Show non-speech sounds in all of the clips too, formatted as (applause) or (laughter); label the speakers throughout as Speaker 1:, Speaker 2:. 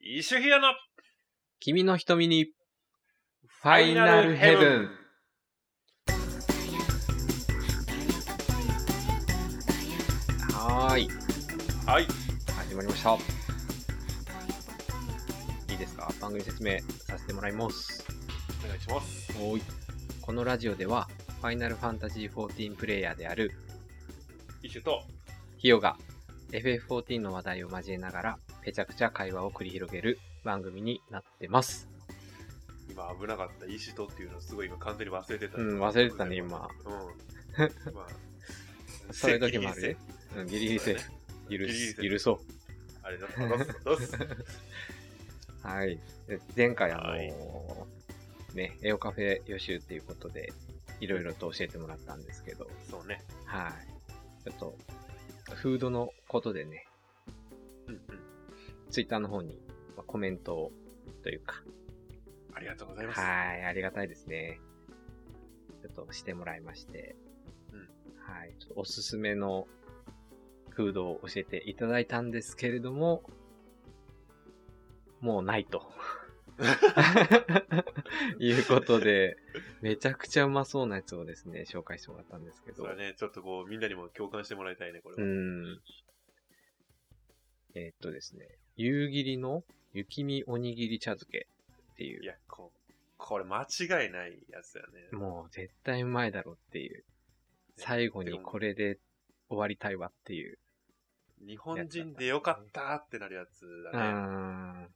Speaker 1: 石ュヒの
Speaker 2: 君の瞳に、ファイナルヘブン。はーい。
Speaker 1: はい。
Speaker 2: 始まりました。いいですか番組説明させてもらいます。
Speaker 1: お願いします。
Speaker 2: おい。このラジオでは、ファイナルファンタジー14プレイヤーである
Speaker 1: イシュと、
Speaker 2: ヒヨが FF14 の話題を交えながら、めちゃくちゃ会話を繰り広げる番組になってます。
Speaker 1: 今危なかったイシュとっていうのすごい今完全に忘れてた。
Speaker 2: うん、忘れてたね、。今。
Speaker 1: うん。まあ、
Speaker 2: (laughs) そういう時も
Speaker 1: (laughs)
Speaker 2: あるよ。うん、ギリギリセーフ。
Speaker 1: ギリ
Speaker 2: 許
Speaker 1: ギリセー
Speaker 2: す、
Speaker 1: フ
Speaker 2: 許そ
Speaker 1: あれだったどうすどうす
Speaker 2: う。はい。で前回あのー
Speaker 1: はい
Speaker 2: ね、エオカフェ予習っていうことで、いろいろと教えてもらったんですけど、
Speaker 1: そうね。
Speaker 2: はい。ちょっと、フードのことでね、
Speaker 1: うんうん。
Speaker 2: ツイッターの方にまあコメントをというか、
Speaker 1: ありがとうございます。
Speaker 2: はい、ありがたいですね。ちょっとしてもらいまして、
Speaker 1: うん
Speaker 2: はい、ちょっとおすすめのフードを教えていただいたんですけれども、もうないと。 (laughs) いうことで、めちゃくちゃうまそうなやつをですね、紹介してもらったんです
Speaker 1: (laughs)
Speaker 2: け
Speaker 1: そ
Speaker 2: ど
Speaker 1: う、だね、ちょっとこう、みんなにも共感してもらいたいね、これ
Speaker 2: う
Speaker 1: は。
Speaker 2: ん。えーっとですね、夕霧の雪見おにぎり茶漬けっていう
Speaker 1: いや、こう、これ間違いないやつだよね。
Speaker 2: もう絶対うまいだろうっていう。最後にこれで終わりたいわっていう。
Speaker 1: 日本人でよかったってなるやつ
Speaker 2: う
Speaker 1: だね。
Speaker 2: ん。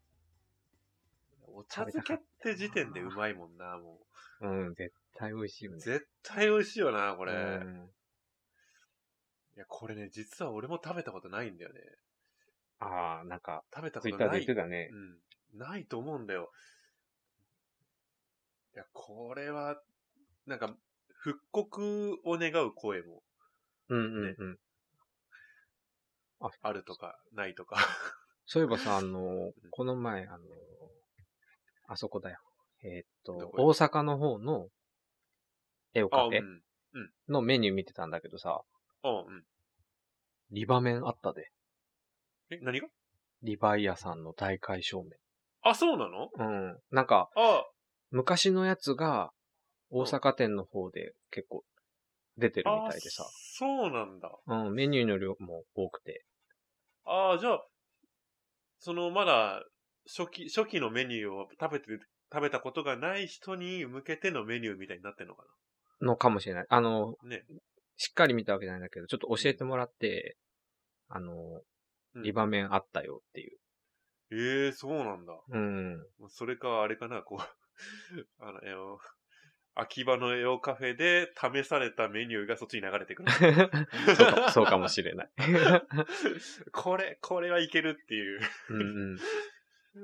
Speaker 1: お茶漬けって時点でうまいもんな、も
Speaker 2: うん、絶対美味しいよ
Speaker 1: う。
Speaker 2: ね。
Speaker 1: 絶対美味しいよな、こ
Speaker 2: こ
Speaker 1: れ。
Speaker 2: うん、
Speaker 1: いや、これね、実は俺も食べたことないんだよね。
Speaker 2: ああ、なんか、
Speaker 1: 食べたこ
Speaker 2: ツイッ
Speaker 1: と
Speaker 2: ター
Speaker 1: な
Speaker 2: で
Speaker 1: い。
Speaker 2: 言ってたね。
Speaker 1: うん。ないと思うんだよ。いや、これは、なんか、復刻を願う声も
Speaker 2: うんうんうん。
Speaker 1: あるとか、ないと
Speaker 2: (laughs)
Speaker 1: か。
Speaker 2: そういえばさ、あの、この前、あの、あそこだよ。えーっ
Speaker 1: ど
Speaker 2: と、
Speaker 1: こ
Speaker 2: 大阪の方の、絵を
Speaker 1: あ、う
Speaker 2: か
Speaker 1: ん。う
Speaker 2: け
Speaker 1: ん。
Speaker 2: のメニュー見てたんだけどさ、
Speaker 1: うん。
Speaker 2: リバ麺あったで。
Speaker 1: え、何が
Speaker 2: リバイヤさんの大会正面。
Speaker 1: あ、そうなの
Speaker 2: うん。なんか、
Speaker 1: あ、
Speaker 2: 昔のやつが、大阪店の方で結構出てるみたいでさ
Speaker 1: あ。そうなんだ。
Speaker 2: うん、メニューの量も多くて。
Speaker 1: ああ、じゃあ、その、まだ、初期、初期のメニューを食べて、食べたことがない人に向けてのメニューみたいになってんのか
Speaker 2: のかもしれない。あの、
Speaker 1: なね。
Speaker 2: しっかり見たわけじゃないんだけど、ちょっと教えてもらって、あの、
Speaker 1: うん
Speaker 2: リバメンあったよっていう。
Speaker 1: ええそうなんだ。
Speaker 2: うん。
Speaker 1: もうそれか、あれかな、こう (laughs) 、あの、えー秋葉のエオカフェで試されたメニューがそっちに流れてく
Speaker 2: (laughs)
Speaker 1: る。
Speaker 2: そうか (laughs) そうかもしれない。
Speaker 1: これ、これはいけるっていう。
Speaker 2: うんうん。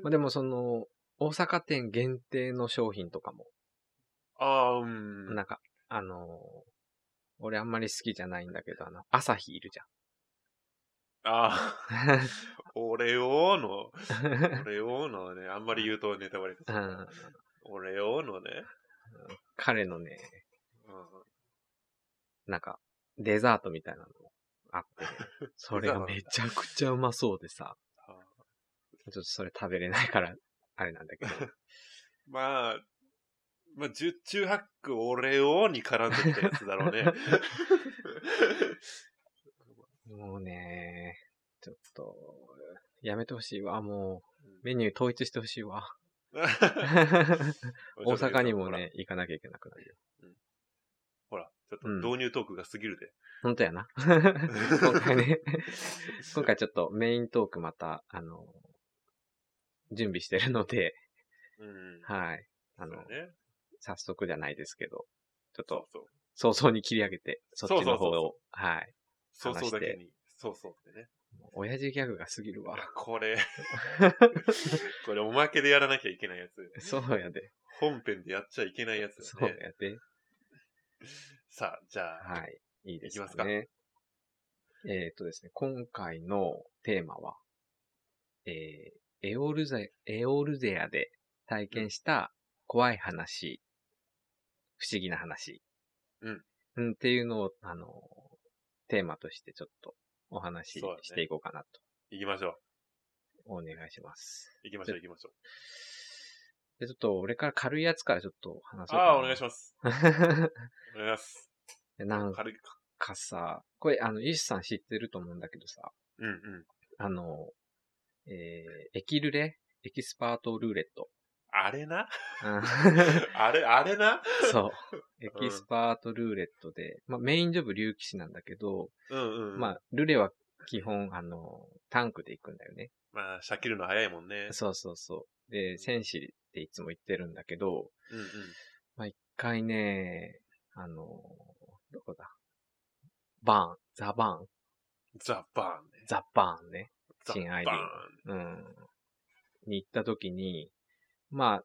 Speaker 2: まあ、でもその、大阪店限定の商品とかも、
Speaker 1: ああ、うん。
Speaker 2: なんか、あの、俺あんまり好きじゃないんだけど、あの、朝日いるじ
Speaker 1: ああ、
Speaker 2: (laughs) ゃん。
Speaker 1: オレオの、オレオのね、あんまり言うとネタバレです。
Speaker 2: うん、
Speaker 1: オレオのね、
Speaker 2: 彼のね、
Speaker 1: うん、
Speaker 2: なんか、デザートみたいなのもあって、それがめちゃくちゃうまそうで (laughs) さ、
Speaker 1: あー
Speaker 2: ちょっとそれ食べれないから、あれなんだけど。
Speaker 1: まあ、まあ、十中八九俺をに絡んできたやつだろうね。
Speaker 2: (laughs) もうね、ちょっと、やめてほしいわ、もう、メニュー統一してほしい (laughs) わ。大阪にもね、行かなきゃいけなくなるよ。
Speaker 1: ほら。ほら、ちょっと導入トークが過ぎるで。
Speaker 2: 本当
Speaker 1: (laughs)
Speaker 2: やな。今回ね、 (laughs) 今回ちょっとメイントークまた、あの、準備してるので、
Speaker 1: うん。
Speaker 2: はい。あの
Speaker 1: そう、ね。
Speaker 2: 早速じゃないですけど、ち
Speaker 1: そ
Speaker 2: ょっと
Speaker 1: うそう。
Speaker 2: 早々に切り上げて、そっち
Speaker 1: そうそう
Speaker 2: の方
Speaker 1: そう
Speaker 2: を、はい。
Speaker 1: そうそうだ
Speaker 2: 話
Speaker 1: け
Speaker 2: し
Speaker 1: に。そうそうってね。
Speaker 2: 親父ギャグが過
Speaker 1: (laughs)
Speaker 2: ぎるわ。
Speaker 1: こ
Speaker 2: (laughs)
Speaker 1: れ、これおまけでやらなきゃいけないやつ。
Speaker 2: そうやで。
Speaker 1: 本編でやっちゃいけないやつ
Speaker 2: そう
Speaker 1: だ
Speaker 2: や
Speaker 1: ね。
Speaker 2: で。
Speaker 1: さあ、じゃあ、
Speaker 2: はい。いいです
Speaker 1: いきますか
Speaker 2: ね。えっとですね、今回のテーマは、えー、エオルゼ、エオルゼアで体験した怖い話、不思議な話。
Speaker 1: うん。
Speaker 2: うん、っていうのを、あの、テーマとしてちょっとお話し
Speaker 1: そうだね
Speaker 2: していこうかなと。
Speaker 1: 行きましょ
Speaker 2: お願いします。
Speaker 1: 行きましょう行きましょ
Speaker 2: で、ちょっと俺から軽いやつからちょっと
Speaker 1: う。
Speaker 2: 話そうかな。
Speaker 1: ああー、お願いします。
Speaker 2: ま
Speaker 1: お願いします。
Speaker 2: す。 (laughs) なん
Speaker 1: 軽いか。
Speaker 2: かさ、これ、あの、イシさん知ってると思うんだけどさ、
Speaker 1: うんうん。
Speaker 2: あの、えー、エキルレエキスパートルーレット。
Speaker 1: あれ
Speaker 2: (laughs)
Speaker 1: な (laughs)
Speaker 2: うん
Speaker 1: あれ、あれな
Speaker 2: そう。エキスパートルーレットで、まあ、メインジョブ竜騎士なんだけど、
Speaker 1: うんうん。
Speaker 2: ま
Speaker 1: まあ、
Speaker 2: あ、ルレは基本、あの、タンクで行くんだよね。
Speaker 1: まあ、シャキるの早いもんね。
Speaker 2: そうそうそう。で、戦士っていつも言ってるんだけど、
Speaker 1: うんうん。
Speaker 2: まあ、一回ね、あの、どこだバーン、ザバーン、
Speaker 1: ザ・バーンね。
Speaker 2: ザバーンね。
Speaker 1: ザ・
Speaker 2: 親愛
Speaker 1: バ
Speaker 2: で
Speaker 1: ーン。
Speaker 2: うん。に行った時に、まあ、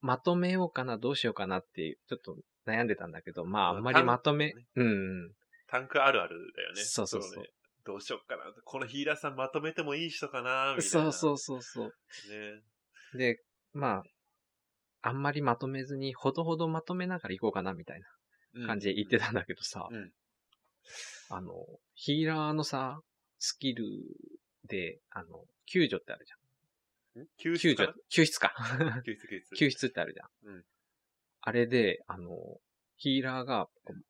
Speaker 2: まとめようかな、どうしようかなって、ちょっと悩んでたんだけど、まあ、
Speaker 1: まあ
Speaker 2: あんまりまとめ
Speaker 1: 単、
Speaker 2: うん。
Speaker 1: タンクあるあるだよね。
Speaker 2: そうそうそう
Speaker 1: ねどうしよっかな。このヒーラーさんまとめてもいい人かなみたい
Speaker 2: そ
Speaker 1: な。
Speaker 2: うそううそうそう。
Speaker 1: そう。ね。
Speaker 2: で、まあ、あんまりまとめずに、ほどほどまとめながら行こうかな、みたいな感じで言ってたんだけどさ、
Speaker 1: うん
Speaker 2: あの、ヒーラーのさ、スキルで、あの、救助ってあるじ
Speaker 1: うん。ん
Speaker 2: ゃ
Speaker 1: 救
Speaker 2: ん。救
Speaker 1: 出か
Speaker 2: 助
Speaker 1: な、救
Speaker 2: 救出か。
Speaker 1: 出、救出。
Speaker 2: 救出ってあるじゃん。
Speaker 1: うん
Speaker 2: あれで、あの、ヒーラーが、こう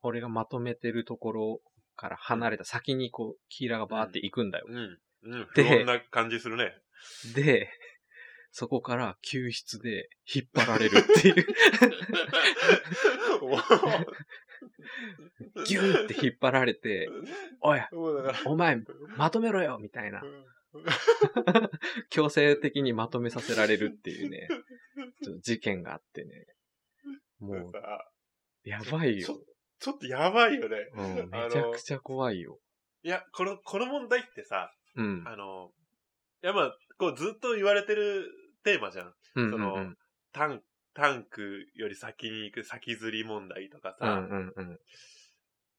Speaker 2: 俺がまとめてるところから離れた先にこう、ヒーラーがバーって行くんだよ。
Speaker 1: うん。うん。不
Speaker 2: で
Speaker 1: 穏な感じするね。
Speaker 2: で、そこから救出で引っ張られるっ
Speaker 1: (laughs)
Speaker 2: ていう、
Speaker 1: おー
Speaker 2: ギューンって引っ張られて、おい、
Speaker 1: (laughs) もうだから。
Speaker 2: お前、まとめろよみたいな、強制的にまとめさせられるっていうね、ちょっと事件があってね、もう、
Speaker 1: さ
Speaker 2: やばい
Speaker 1: ちょ
Speaker 2: よ。
Speaker 1: ちょっとやばいよね。
Speaker 2: うん、
Speaker 1: あの
Speaker 2: めちゃくちゃ怖いよ。
Speaker 1: いや、この、この問題ってさ、
Speaker 2: うん。
Speaker 1: あの、いやまあ、こうずっと言われてるテーマじゃん。
Speaker 2: うんうん
Speaker 1: そ
Speaker 2: うん
Speaker 1: のタン、タンクより先に行く先ずり問題とか
Speaker 2: うん
Speaker 1: さ、
Speaker 2: うんうん。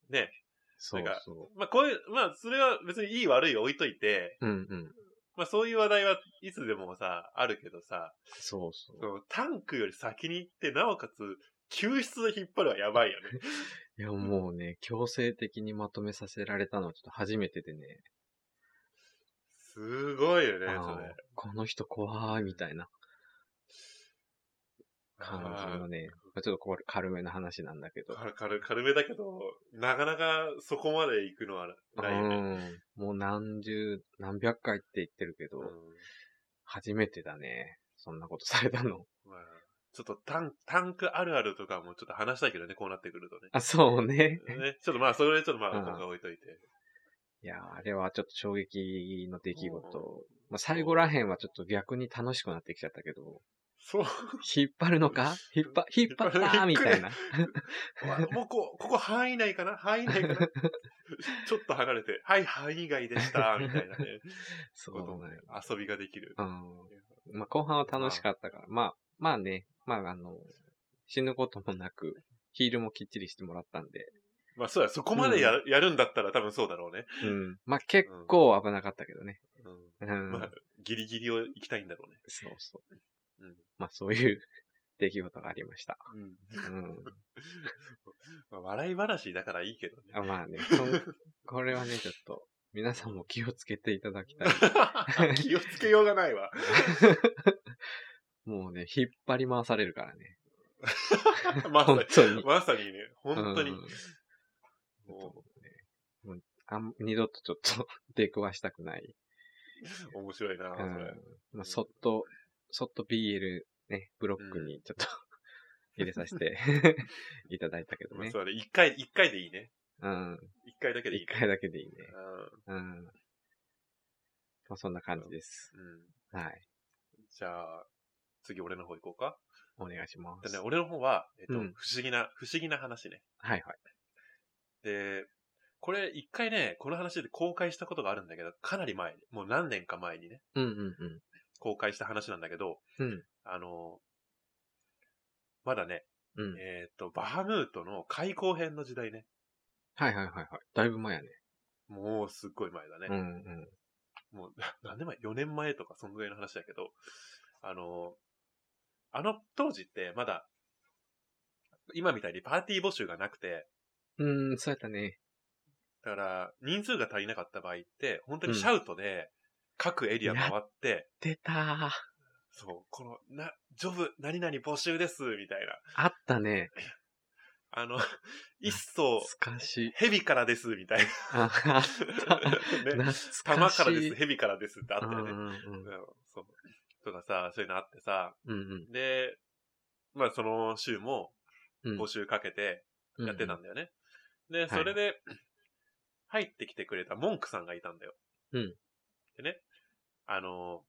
Speaker 1: ね。
Speaker 2: そう
Speaker 1: なんか
Speaker 2: そ
Speaker 1: まあこういう、まあそれは別にいい悪い置いといて、
Speaker 2: う。うんうん。
Speaker 1: まあそういう話題はいつでもさ、あるけどさ、
Speaker 2: そうそ
Speaker 1: そのタンクより先に行って、なおかつ、救出で引っ張るはやばいよね。
Speaker 2: (laughs) う。いや、もうね、強制的にまとめさせられたのはちょっと初めてでね。
Speaker 1: すごいよね、
Speaker 2: あー
Speaker 1: それ。
Speaker 2: この人怖いみたいな感じのね。まあちょっとこれ軽めの話なんだけど。
Speaker 1: 軽軽軽めだけど、なかなかそこまで行くのはないよね。
Speaker 2: うん。もう何十、何百回って言ってるけど、
Speaker 1: うん
Speaker 2: 初めてだね。そんなことされたの。 (laughs)
Speaker 1: まあ、ちょっとタンタンクあるあるとかもちょっと話したいけどね、こうなってくるとね。
Speaker 2: あ、そうね。
Speaker 1: ねちょっとまあ、それちょっとまあ、
Speaker 2: うん
Speaker 1: 今回置いといて。
Speaker 2: いや、あれはちょっと衝撃の出来事。まあ、最後らへんはちょっと逆に楽しくなってきちゃったけど。
Speaker 1: そう。
Speaker 2: 引っ張るのか引っ
Speaker 1: (laughs)
Speaker 2: 張、引っ張ったーみたいな。
Speaker 1: もうこう、ここ範囲内かな範囲内か
Speaker 2: (laughs)
Speaker 1: なちょっと離れて、はい、範囲外で
Speaker 2: (laughs)
Speaker 1: した、みたいなね。
Speaker 2: そ
Speaker 1: こと
Speaker 2: う
Speaker 1: も
Speaker 2: だ
Speaker 1: ね
Speaker 2: よ。
Speaker 1: 遊びができる。
Speaker 2: うん。まあ、後半は楽しかったから。まあ、まあね、まあ、あの、死ぬこともなく、ヒールもきっちりしてもらったんで。
Speaker 1: まあ、そうや、そこまでや,、やるんだったら多分そうだろうね。
Speaker 2: うん。まあ、結構危なかったけどね。
Speaker 1: う。
Speaker 2: うんん。
Speaker 1: まあ、ギリギリを行きたいんだろうね。
Speaker 2: そうそう。
Speaker 1: うん。
Speaker 2: まあ、そういう (laughs) 出来事がありました。
Speaker 1: うん
Speaker 2: うん。
Speaker 1: まあ笑い話だからいいけど
Speaker 2: (laughs)
Speaker 1: ね。
Speaker 2: あまあね、
Speaker 1: (laughs)
Speaker 2: そんこれはね、ちょっと、皆さんも気をつけていただ
Speaker 1: (laughs)
Speaker 2: きたい。
Speaker 1: 気をつけようがない
Speaker 2: (laughs)
Speaker 1: わ。
Speaker 2: もうね、引っ張り回されるからね。
Speaker 1: まさ
Speaker 2: 本
Speaker 1: に。
Speaker 2: 当に。
Speaker 1: まさにね、 (laughs) 本当に。
Speaker 2: うん
Speaker 1: も
Speaker 2: あん二度とちょっと (laughs) 出くわしたくない。
Speaker 1: う面白いな、
Speaker 2: うん
Speaker 1: それ。
Speaker 2: まあ、そっと、そっと BL ね、ブロックにちょっと (laughs) 入れさせていただいたけど
Speaker 1: まあ
Speaker 2: ね。
Speaker 1: そうだね。一回、一回でいいね。
Speaker 2: うん。
Speaker 1: 一回だけでい
Speaker 2: 一
Speaker 1: いね。
Speaker 2: 回だけでいいね。
Speaker 1: う
Speaker 2: うん。まあ、そんな感じです。
Speaker 1: ん。うん
Speaker 2: はい。
Speaker 1: じゃあ、次俺の方行こうか。
Speaker 2: お願いします。
Speaker 1: でね、
Speaker 2: はい
Speaker 1: 俺の方は、えっと、
Speaker 2: うん
Speaker 1: 不思議な、不思議な話ね。
Speaker 2: はい。
Speaker 1: で、これ一回ね、この話で公開したことがあるんだけど、かなり前に、もう何年か前にね、
Speaker 2: うんうん
Speaker 1: 公開した話なんだけど、
Speaker 2: うん。うん。
Speaker 1: あの、まだね、
Speaker 2: うん。
Speaker 1: えっ、と、バハムートの開港編の時代ね。
Speaker 2: はいはいはいはい。だいぶ前やね。
Speaker 1: もうすっごい前だね。
Speaker 2: うんうん。
Speaker 1: もう、 (laughs) な何年前 ?4 年前とか、そんぐらいの話だけど、あの、あの当時ってまだ、今みたいにパーティー募集がなくて、
Speaker 2: うーん、そうやったね。
Speaker 1: だから、人数が足りなかった場合って、本当にシャウトで、各エリア回って、
Speaker 2: 出たー。
Speaker 1: そう、この、な、ジョブ、何々募集です、みたいな。
Speaker 2: あったね。
Speaker 1: あ
Speaker 2: (laughs)
Speaker 1: の、一層、
Speaker 2: 懐かしい。
Speaker 1: 蛇からです、みたい
Speaker 2: ああった。
Speaker 1: な。ね、
Speaker 2: 懐かしい。
Speaker 1: 玉からです、蛇からですってあった
Speaker 2: うん
Speaker 1: よ
Speaker 2: う
Speaker 1: ね。
Speaker 2: ん
Speaker 1: うん、そう。とかさ、そういうのあってさ、
Speaker 2: うん。
Speaker 1: で、まあその週も
Speaker 2: うん
Speaker 1: 募集かけて
Speaker 2: うん。
Speaker 1: やってたんだよね。で、それで、入ってきてくれた文句さんがいたんだよ。
Speaker 2: うん
Speaker 1: でね、あの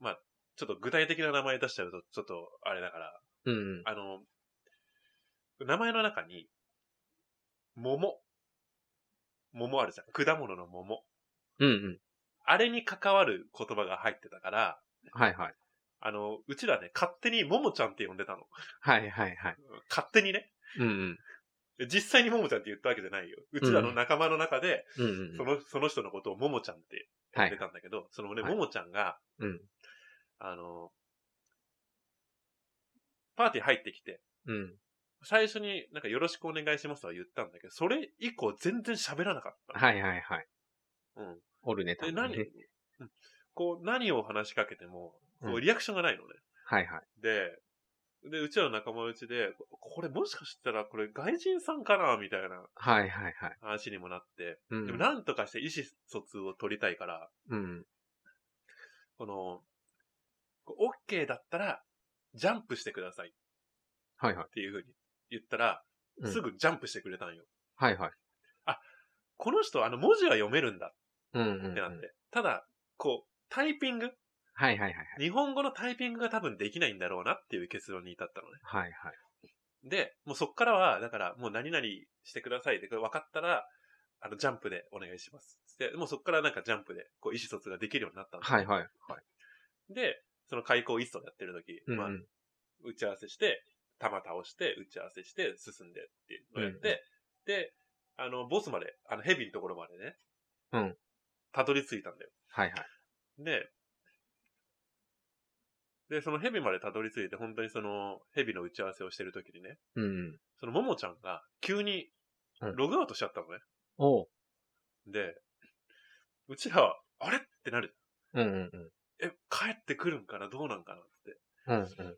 Speaker 1: ーまあ、ちょっと具体的な名前出しちゃうと、ちょっとあれだから、
Speaker 2: うんうん。
Speaker 1: あのー名前の中に、桃。桃あるじゃん。果物の桃。
Speaker 2: うんうん。
Speaker 1: あれに関わる言葉が入ってたから、
Speaker 2: はいはい。
Speaker 1: あの、うちらね、勝手にももちゃんって呼んでたの。
Speaker 2: はいはいはい。
Speaker 1: 勝手にね。
Speaker 2: うんうん。
Speaker 1: 実際にももちゃんって言ったわけじゃないよ。うちらの仲間の中で、
Speaker 2: うんう
Speaker 1: そ
Speaker 2: ん。
Speaker 1: の、その人のことをももちゃんって
Speaker 2: は
Speaker 1: 言って
Speaker 2: い。
Speaker 1: たんだけど、そのね、
Speaker 2: はい
Speaker 1: ももちゃんが、
Speaker 2: うん。
Speaker 1: あの、パーティー入ってきて、
Speaker 2: うん。
Speaker 1: 最初になんかよろしくお願いしますとは言ったんだけど、それ以降全然喋らなかった。
Speaker 2: はいはいはい。
Speaker 1: うん。
Speaker 2: おるね、多
Speaker 1: で、
Speaker 2: 分
Speaker 1: 何、
Speaker 2: ね。
Speaker 1: うんこう、何を話しかけても、こ
Speaker 2: う
Speaker 1: う、
Speaker 2: ん
Speaker 1: リアクションがないのね。
Speaker 2: はいはい。
Speaker 1: で、で、うちらの仲間内で、ここれもしかしたらこれ外人さんかなみたいな
Speaker 2: はいはいはい。
Speaker 1: 話にもなって、
Speaker 2: う
Speaker 1: でも
Speaker 2: ん。
Speaker 1: なんとかして意思疎通を取りたいから、
Speaker 2: うん。
Speaker 1: この、こう OK だったら、ジャンプしてくださいっ
Speaker 2: はいはい。
Speaker 1: ていうふうに言ったら、
Speaker 2: うん
Speaker 1: すぐジャンプしてくれたんよ。
Speaker 2: はいはい。
Speaker 1: この人、あの、文字は読めるんだ
Speaker 2: うんうんう
Speaker 1: っ
Speaker 2: ん。
Speaker 1: てなっ
Speaker 2: はい
Speaker 1: て。ただ、こう、タイピング
Speaker 2: はいはいはい。
Speaker 1: 日本語のタイピングが多分できないんだろうなっていう結論に至ったのね。
Speaker 2: はいはい。
Speaker 1: で、もうそっからは、だから、もう何々してくださいって、これ分かったら、あの、ジャンプでお願いします。で、もうそっからなんかジャンプで、こう、意思疎通ができるようになったの。
Speaker 2: はいはい。
Speaker 1: で、その開口一層やってる時、
Speaker 2: うん
Speaker 1: まあ
Speaker 2: う、ん。
Speaker 1: 打ち合わせして、弾倒して、打ち合わせして、進んでっていうのをやって、で、あの、ボスまで、あの、ヘビのところまでね、
Speaker 2: うん。
Speaker 1: たどり着いたんだよ。
Speaker 2: はいはい。
Speaker 1: で、で、そのヘビまでたどり着いて、本当にその、ヘビの打ち合わせをしてる時にね、
Speaker 2: うんうん。
Speaker 1: そのももちゃんが急に
Speaker 2: うん
Speaker 1: ログアウトしちゃったのね。
Speaker 2: おう。
Speaker 1: で、うちらは、あれってなる。
Speaker 2: うんうんうん。
Speaker 1: え、帰ってくるんかなどうなんかなって。
Speaker 2: うんう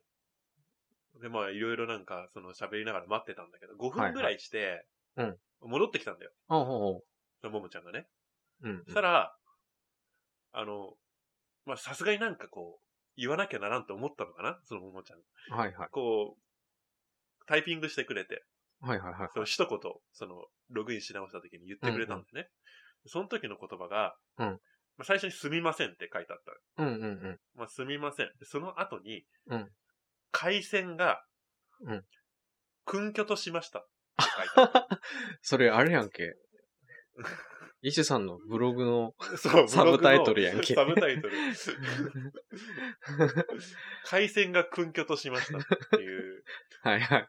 Speaker 2: ん。
Speaker 1: で、まあ、いろいろなんか、その喋りながら待ってたんだけど、5
Speaker 2: はいは
Speaker 1: 分
Speaker 2: い
Speaker 1: ぐらいして、
Speaker 2: うん
Speaker 1: 戻ってきたんだよ。
Speaker 2: おうおうおう。
Speaker 1: そのももちゃんがね。
Speaker 2: うんうん。
Speaker 1: そしたら、あの、まあ、さすがになんかこう、言わなきゃならんと思ったのかなそのももちゃん。
Speaker 2: はいはい。
Speaker 1: こう、タイピングしてくれて、
Speaker 2: はいはいはい。
Speaker 1: その一言、その、ログインし直した時に言ってくれたんだよね。その時の言葉が、
Speaker 2: うん
Speaker 1: まあ、最初にすみませんって書いてあった。
Speaker 2: うんうんうん。
Speaker 1: まあ、すみません。その後に、
Speaker 2: うん
Speaker 1: 回線が、
Speaker 2: うん
Speaker 1: 訓挙としま
Speaker 2: (laughs)
Speaker 1: したって書いてあっ
Speaker 2: それあれやん
Speaker 1: (laughs)
Speaker 2: け。イシュさんのブログの、
Speaker 1: たそう
Speaker 2: サブタイトルやんけ
Speaker 1: ブログのサブタイトル。
Speaker 2: (laughs)
Speaker 1: 回線が訓挙としましたっていう。
Speaker 2: はいはい。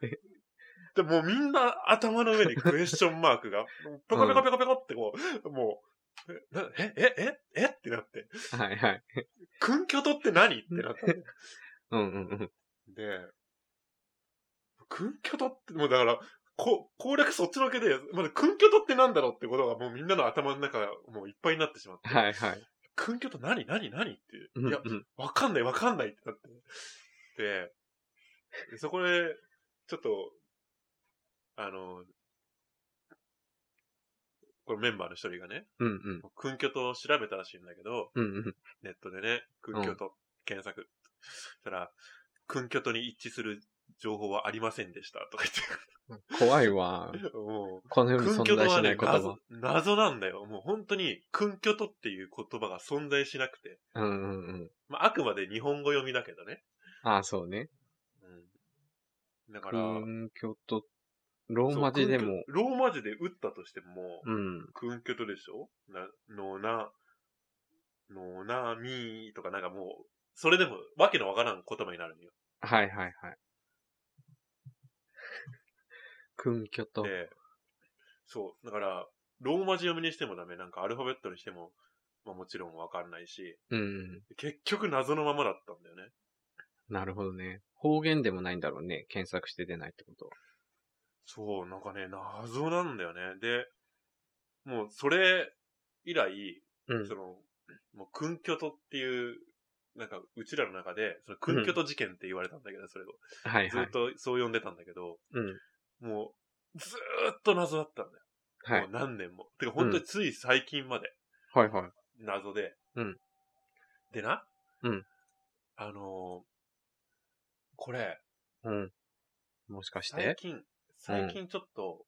Speaker 1: で、もうみんな頭の上にクエスチョンマークが、ペコペコペコペコってこう、もう、えなえ、え、え、えってなって、
Speaker 2: はいはい。
Speaker 1: 訓挙とって何ってなった。
Speaker 2: うんうんうん。
Speaker 1: で、訓挙とって、もうだから、こ攻略そっちのけで、まだ訓挙とってなんだろうってことがもうみんなの頭の中がもういっぱいになってしまって。
Speaker 2: はいはい。
Speaker 1: 訓挙と何何何って。
Speaker 2: うんう
Speaker 1: いや、
Speaker 2: ん。
Speaker 1: わかんないわかんないってなって。で、でそこで、ちょっと、あの、これメンバーの一人がね、
Speaker 2: うんうん。
Speaker 1: 訓挙と調べたらしいんだけど、
Speaker 2: うんうん。
Speaker 1: ネットでね、訓挙と検索。そしたら、訓挙とに一致する情報はありませんでした、とか
Speaker 2: 怖いわ。
Speaker 1: 言って。
Speaker 2: (laughs)
Speaker 1: もう、
Speaker 2: この世に
Speaker 1: 訓
Speaker 2: 存
Speaker 1: 挙
Speaker 2: 在
Speaker 1: と
Speaker 2: し
Speaker 1: は
Speaker 2: ない
Speaker 1: ね
Speaker 2: 言、葉
Speaker 1: 謎。謎なんだよ。もう本当に、訓挙とっていう言葉が存在しなくて。
Speaker 2: うんうんうん。
Speaker 1: まあ、あくまで日本語読みだけどね。
Speaker 2: ああ、そうね。
Speaker 1: うん。だから、
Speaker 2: うん、京都、ローマ字でも
Speaker 1: そう、訓挙ローマ字で打ったとしても、
Speaker 2: うん。
Speaker 1: 訓挙とでしょな、のな、のなみとかなんかもう、それでもわけのわからん言葉になるのよ。
Speaker 2: はいはいはい。訓挙と。
Speaker 1: で、そう。だから、ローマ字読みにしてもダメ、なんかアルファベットにしても、まあもちろんわかんないし、
Speaker 2: うん。
Speaker 1: 結局謎のままだったんだよね。
Speaker 2: なるほどね。方言でもないんだろうね。検索して出ないってことは。
Speaker 1: そう、なんかね、謎なんだよね。で、もうそれ以来、
Speaker 2: うん
Speaker 1: その、もう、訓虚とっていう、なんか、うちらの中で、その訓虚と事件って言われたんだけど、それを。
Speaker 2: はい
Speaker 1: ず
Speaker 2: は
Speaker 1: っ
Speaker 2: い。
Speaker 1: とそう呼んでたんだけど、
Speaker 2: うん。
Speaker 1: もう、ずーっと謎だったんだよ。
Speaker 2: は
Speaker 1: も。
Speaker 2: いう
Speaker 1: 何年も。てか、本当につい最近まで
Speaker 2: はいはい。
Speaker 1: 謎で。
Speaker 2: うん
Speaker 1: でな。
Speaker 2: うん
Speaker 1: あのーこれ、
Speaker 2: うん。もしかし
Speaker 1: 最
Speaker 2: て
Speaker 1: 近、最近ちょっと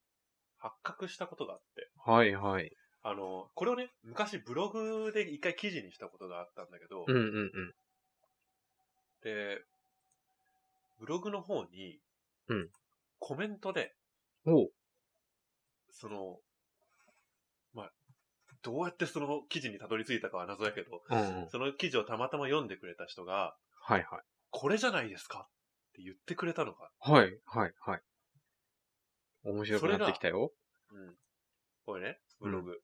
Speaker 1: 発覚したことがあって。
Speaker 2: はいはい。
Speaker 1: あの、これをね、昔ブログで一回記事にしたことがあったんだけど、
Speaker 2: うんうんうん。
Speaker 1: で、ブログの方に、
Speaker 2: うん
Speaker 1: コメントで、
Speaker 2: おう。
Speaker 1: その、まあ、どうやってその記事にたどり着いたかは謎だけど、
Speaker 2: うんうん。
Speaker 1: その記事をたまたま読んでくれた人が、
Speaker 2: はい
Speaker 1: これじゃないですかって言ってくれたのが、
Speaker 2: はい。はいはいはい。面白くなってきたよ。
Speaker 1: うん。これね、ブログ。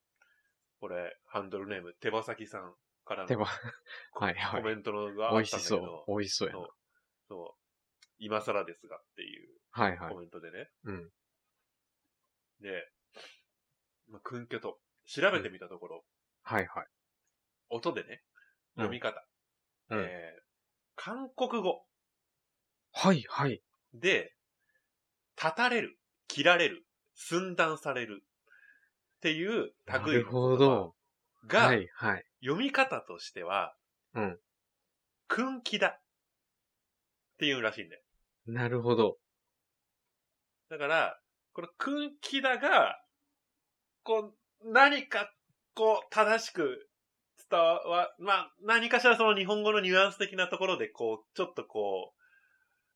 Speaker 1: これ、ハンドルネーム、手羽先さんからの
Speaker 2: で
Speaker 1: コ
Speaker 2: は、 (laughs) はいはい
Speaker 1: メントのがあ
Speaker 2: 美
Speaker 1: っ
Speaker 2: 味
Speaker 1: たん
Speaker 2: し
Speaker 1: だけど
Speaker 2: そ、う。美味しそうやな。
Speaker 1: そう。そう。今更ですがっていう
Speaker 2: はいはい
Speaker 1: コ。メントでね。
Speaker 2: うん。
Speaker 1: で、まあ、くんきょと、調べてみたところ、
Speaker 2: はいはい。
Speaker 1: 音でね、
Speaker 2: うん
Speaker 1: 読み方、
Speaker 2: うん
Speaker 1: えー韓国語
Speaker 2: はいはい。
Speaker 1: で、立たれる、切られる、寸断されるっていう
Speaker 2: な
Speaker 1: 類
Speaker 2: る
Speaker 1: の
Speaker 2: ほ
Speaker 1: 言葉
Speaker 2: ど。
Speaker 1: が、
Speaker 2: はいはい。
Speaker 1: 読み方としては、
Speaker 2: うん。
Speaker 1: くんきだっていうらしいんだよ。
Speaker 2: なるほど。
Speaker 1: だから、このくんきだが、こう、何か、こう、正しく伝わ、まあ、何かしらその日本語のニュアンス的なところで、こう、ちょっとこう、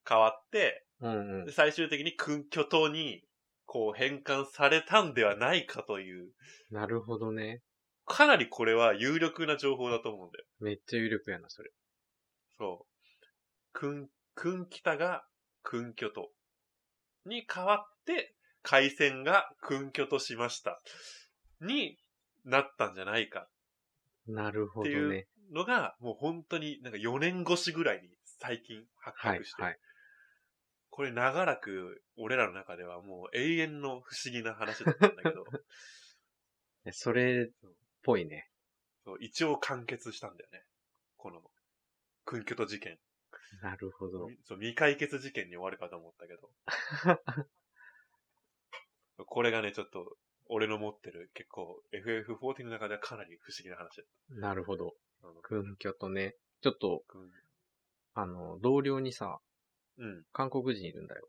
Speaker 1: 変わって、
Speaker 2: うんうん
Speaker 1: で。最終的にくんきょとに、こう、変換されたんではないかという、
Speaker 2: なるほどね。
Speaker 1: かなりこれは有力な情報だと思うんだよ。
Speaker 2: めっちゃ有力やな、それ。
Speaker 1: そう。くん、くんきたが、くんきょと。に変わって、回線がくんきょとしました。になったんじゃないか
Speaker 2: なるほど
Speaker 1: ってい
Speaker 2: ね。
Speaker 1: のが、もう本当になんか4年越しぐらいに最近発
Speaker 2: はい
Speaker 1: 覚して。
Speaker 2: はい。
Speaker 1: これ長らく俺らの中ではもう永遠の不思議な話だったんだけど、 (laughs)
Speaker 2: それっぽいね。
Speaker 1: そう一応完結したんだよね。この、くんきょと事件。
Speaker 2: なるほど。
Speaker 1: そう未解決事件に終わるかと思ったけど。これがね、ちょっと、俺の持ってる結構 FF40 の中ではかなり不思議な話だっ
Speaker 2: なるほど。
Speaker 1: た。あの
Speaker 2: 訓教とね、ちょっと、
Speaker 1: くん
Speaker 2: あの、同僚にさ、
Speaker 1: うん。
Speaker 2: 韓国人いるんだよ。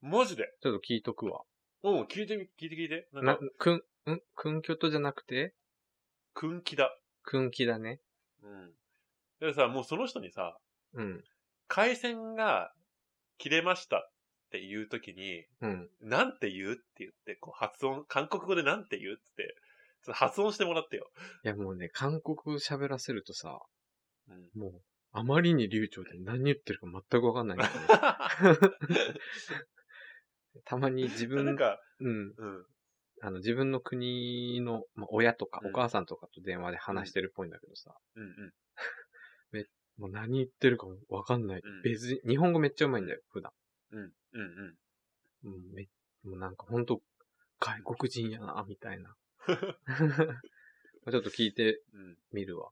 Speaker 1: マジで
Speaker 2: ちょっと聞いとくわ。
Speaker 1: うん、聞いてみ、聞いて聞いて。なん
Speaker 2: な
Speaker 1: か、、
Speaker 2: くん、ん訓教とじゃなくて、
Speaker 1: くんきだ。
Speaker 2: 訓気だね。
Speaker 1: うん。でさ、もうその人にさ、
Speaker 2: うん。
Speaker 1: 回線が切れましたっていう時に、
Speaker 2: うん。
Speaker 1: なんて言うって言って、こう発音、韓国語でなんて言うって言って、ちょっと発音してもらってよ。
Speaker 2: いやもうね、韓国語喋らせるとさ、
Speaker 1: うん。 (laughs)
Speaker 2: もう、あまりに流暢で何言ってるか全くわかんないんだよ
Speaker 1: (laughs)
Speaker 2: ねたまに自
Speaker 1: な
Speaker 2: 分
Speaker 1: ん、か、
Speaker 2: うん、
Speaker 1: うん。
Speaker 2: あの、自分の国の、まあ、親とか
Speaker 1: うん
Speaker 2: お母さんとかと電話で話してるっぽいんだけどさ、
Speaker 1: うんうん。
Speaker 2: もう何言ってるかもわかんない。
Speaker 1: うん
Speaker 2: 別に、日本語めっちゃうまいんだよ、普段。
Speaker 1: うん、うん、うん。
Speaker 2: うん、めもうなんかほんと、外国人やな、み
Speaker 1: (laughs)
Speaker 2: たいな。 (laughs) ちょっと聞いて
Speaker 1: うん。
Speaker 2: みるわ。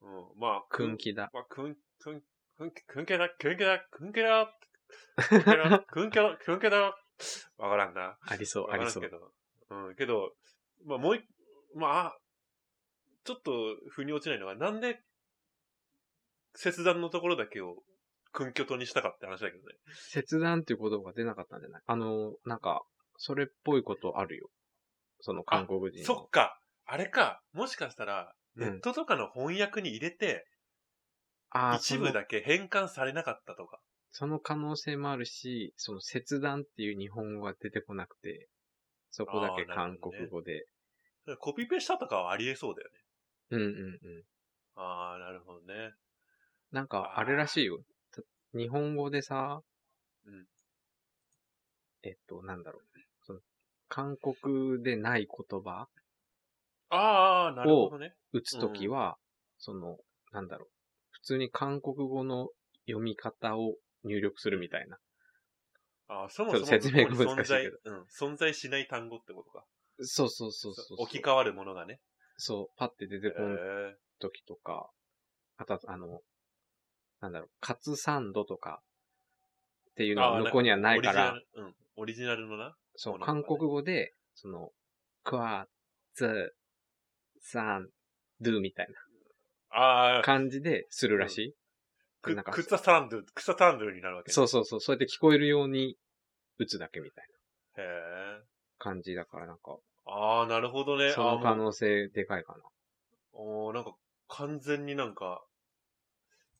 Speaker 1: うん。まあ、
Speaker 2: くん。きだ。
Speaker 1: まあ、くん、くん、くん、くんけだ、くんけだ、くんけだ、
Speaker 2: (laughs)
Speaker 1: くんけだ、くんけだ、くんけだ、わからんな。
Speaker 2: ありそう、
Speaker 1: わか
Speaker 2: あ
Speaker 1: ら
Speaker 2: り
Speaker 1: ん
Speaker 2: そう
Speaker 1: け。ど。うん、けど、まあ、もう一、まあ、ちょっと、腑に落ちないのが、なんで、切断のところだけを、くんきょとにしたかって話だけどね。
Speaker 2: 切断っていう言葉が出なかったんじゃないあの、なんか、それっぽいことあるよ。その韓国人の。
Speaker 1: そっか。あれか。もしかしたら、
Speaker 2: う
Speaker 1: ネ
Speaker 2: ん
Speaker 1: ットとかの翻訳に入れて、
Speaker 2: あー
Speaker 1: 一部だけ変換されなかったとか。
Speaker 2: その可能性もあるし、その切断っていう日本語が出てこなくて、そこだけ
Speaker 1: あーなる
Speaker 2: 韓
Speaker 1: ほどね
Speaker 2: 国語で。
Speaker 1: コピペしたとかはありえそうだよね。
Speaker 2: うんうんうん。
Speaker 1: ああ、なるほどね。
Speaker 2: なんか、
Speaker 1: あー
Speaker 2: あれらしいよ。た日本語でさ、
Speaker 1: うん
Speaker 2: えっと、なんだろう。その韓国でない言葉、
Speaker 1: ああ、なるほどね。
Speaker 2: 打つときは、その、なんだろう。普通に韓国語の読み方を入力するみたいな。
Speaker 1: あーそも
Speaker 2: ち
Speaker 1: そ
Speaker 2: ょ
Speaker 1: も
Speaker 2: っと説明が難しいけど
Speaker 1: 存在、うん、存在しない単語ってことか。
Speaker 2: そうそうそうそうそう。
Speaker 1: 置き換わるものがね。
Speaker 2: そう、パって出
Speaker 1: へ
Speaker 2: てこん
Speaker 1: ー
Speaker 2: 時とか、あとは、あの、なんだろう、カツサンドとか、っていうの
Speaker 1: あ
Speaker 2: は
Speaker 1: ー
Speaker 2: 向こうにはないから、
Speaker 1: オリジナル、うん。オリジナルのな。
Speaker 2: そ、
Speaker 1: そううなんだね
Speaker 2: 韓国語で、その、クワツ、サン、ドゥみたい
Speaker 1: あ
Speaker 2: な感じでするらしい。
Speaker 1: あ、く
Speaker 2: なん、か
Speaker 1: くつサンドゥ、くさサンドゥになるわけ、ね。。
Speaker 2: そううそうそう、そうやって聞こえるように打つだけみたいな
Speaker 1: へえ。
Speaker 2: 感じだから、なんか、
Speaker 1: ああ、なるほどね。
Speaker 2: そ
Speaker 1: あ
Speaker 2: の
Speaker 1: あ
Speaker 2: 可
Speaker 1: もう、
Speaker 2: 能性でかいかな。
Speaker 1: おーなんか、完全になんか、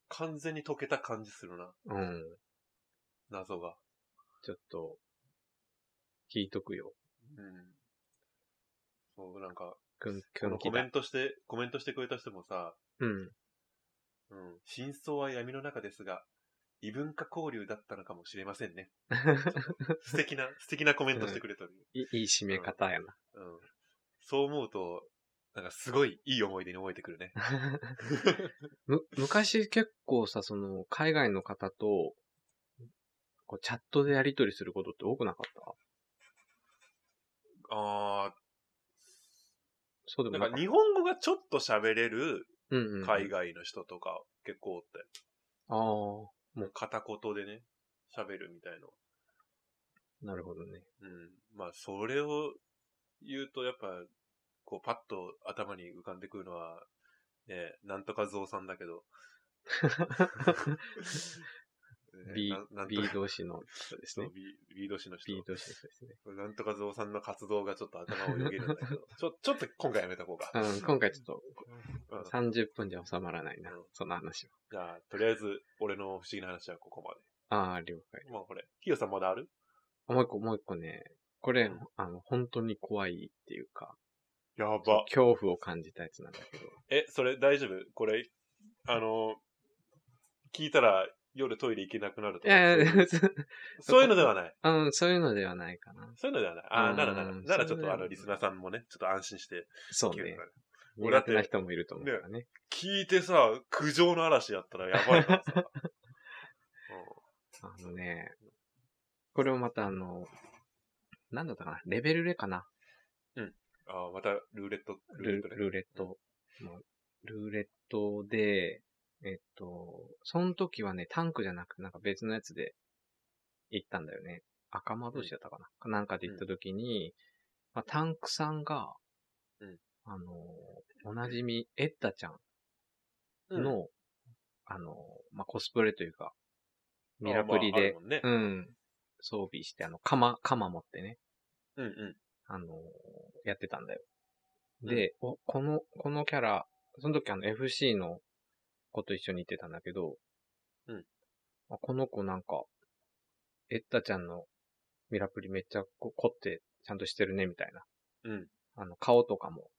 Speaker 1: 完全に溶けた感じするな。
Speaker 2: うん。
Speaker 1: 謎が。
Speaker 2: ちょっと、聞いとくよ。
Speaker 1: うん。そう、なんか、
Speaker 2: くん、く
Speaker 1: こ
Speaker 2: ん
Speaker 1: の
Speaker 2: き
Speaker 1: コメ
Speaker 2: だ
Speaker 1: ン。トして、コメントしてくれた人もさ、
Speaker 2: うん。
Speaker 1: うん、真相は闇の中ですが、異文化交流だったのかもしれませんね。 (laughs) 素敵な、素敵なコメントしてくれたる。
Speaker 2: いいい締め方やな。
Speaker 1: うん。そう思うと、なんかすごいいい思い出に思えてくる (laughs) ね。
Speaker 2: (laughs) む、昔結構さ、その、海外の方と、こう、チャットでやりとりすることって多くなかった
Speaker 1: あ
Speaker 2: そうで
Speaker 1: あ、な
Speaker 2: も
Speaker 1: んか
Speaker 2: なかった。
Speaker 1: 日本語がちょっと喋れる
Speaker 2: うんうん。
Speaker 1: 海外の人とか結構おって、
Speaker 2: ああ、
Speaker 1: もう片言でね、喋るみたいな。
Speaker 2: なるほ
Speaker 1: (laughs)
Speaker 2: どね。
Speaker 1: うん。まあ、それを言うと、やっぱ、こう、パッと頭に浮かんでくるのは、ね、なんとかゾウさんだけど。ね
Speaker 2: B
Speaker 1: ななん、と
Speaker 2: B
Speaker 1: か
Speaker 2: 同士の人です
Speaker 1: そ
Speaker 2: ね
Speaker 1: う。B、B 同士の人
Speaker 2: B。同士の人ですね。
Speaker 1: なんとかゾウさんの活動がちょっと頭をよぎるんだ
Speaker 2: (laughs)
Speaker 1: けど。ちょ、ちょっと今回やめとこうか。
Speaker 2: うん、今回ちょっと
Speaker 1: うん
Speaker 2: 30分じゃ収まらないな
Speaker 1: うん、
Speaker 2: その話は。
Speaker 1: じゃあ、とりあえず、俺の不思議な話はここま
Speaker 2: ああ、了解。
Speaker 1: で。もうこれ、ヒヨさんまだある
Speaker 2: もう一個、もう一個ね、これ、あの、本当に怖いっていうか、
Speaker 1: や
Speaker 2: その。恐怖を感じたやつなんだけど。
Speaker 1: え、それ大丈夫これ、あの、聞いたら夜トイレ行けなくなると
Speaker 2: い
Speaker 1: か。
Speaker 2: や
Speaker 1: そ
Speaker 2: い
Speaker 1: ういう
Speaker 2: や、 (laughs) そう
Speaker 1: そういうのではない。
Speaker 2: うん、そういうのではないかな。
Speaker 1: そういうのではない。あ
Speaker 2: う
Speaker 1: あ、
Speaker 2: ん
Speaker 1: ならなら。ならちょっ
Speaker 2: そういうので
Speaker 1: と
Speaker 2: は
Speaker 1: あ
Speaker 2: ない
Speaker 1: の、リスナーさんもね、ちょっと安心して
Speaker 2: そう
Speaker 1: 聞け
Speaker 2: ね
Speaker 1: るから。。俺だ
Speaker 2: 苦
Speaker 1: って
Speaker 2: 手な人もいると思うからね。
Speaker 1: 聞いてさ、苦情の嵐やったらやばい
Speaker 2: (laughs)
Speaker 1: からさ。うん
Speaker 2: あのね、これもまたあの、なんだったかな、レベルレかな、
Speaker 1: ああ、またルーレット、
Speaker 2: ル
Speaker 1: レットね。
Speaker 2: ルーレット。まあルーレットで、えっと、その時はね、タンクじゃなく、なんか別のやつで行ったんだよね。赤間同士だったかな、なんかで行った時に、まあ、タンクさんが、
Speaker 1: うん
Speaker 2: あの、おなじみ、エッタちゃん
Speaker 1: うん
Speaker 2: の、あの、まあ、コスプレというか、ミ
Speaker 1: あ
Speaker 2: ラ
Speaker 1: あまあ
Speaker 2: プリ
Speaker 1: ある
Speaker 2: で、
Speaker 1: もんね
Speaker 2: うん、装備して、あの、鎌、鎌持ってね、
Speaker 1: うんうん。
Speaker 2: あの、やってたんだよ。で、お、この、このキャラ、その時あの FC の子と一緒に行ってたんだけど、
Speaker 1: うん
Speaker 2: あ。この子なんか、エッタちゃんのミラプリめっちゃこ凝ってちゃんとしてるね、みたいな。
Speaker 1: うん。
Speaker 2: あの、顔とかも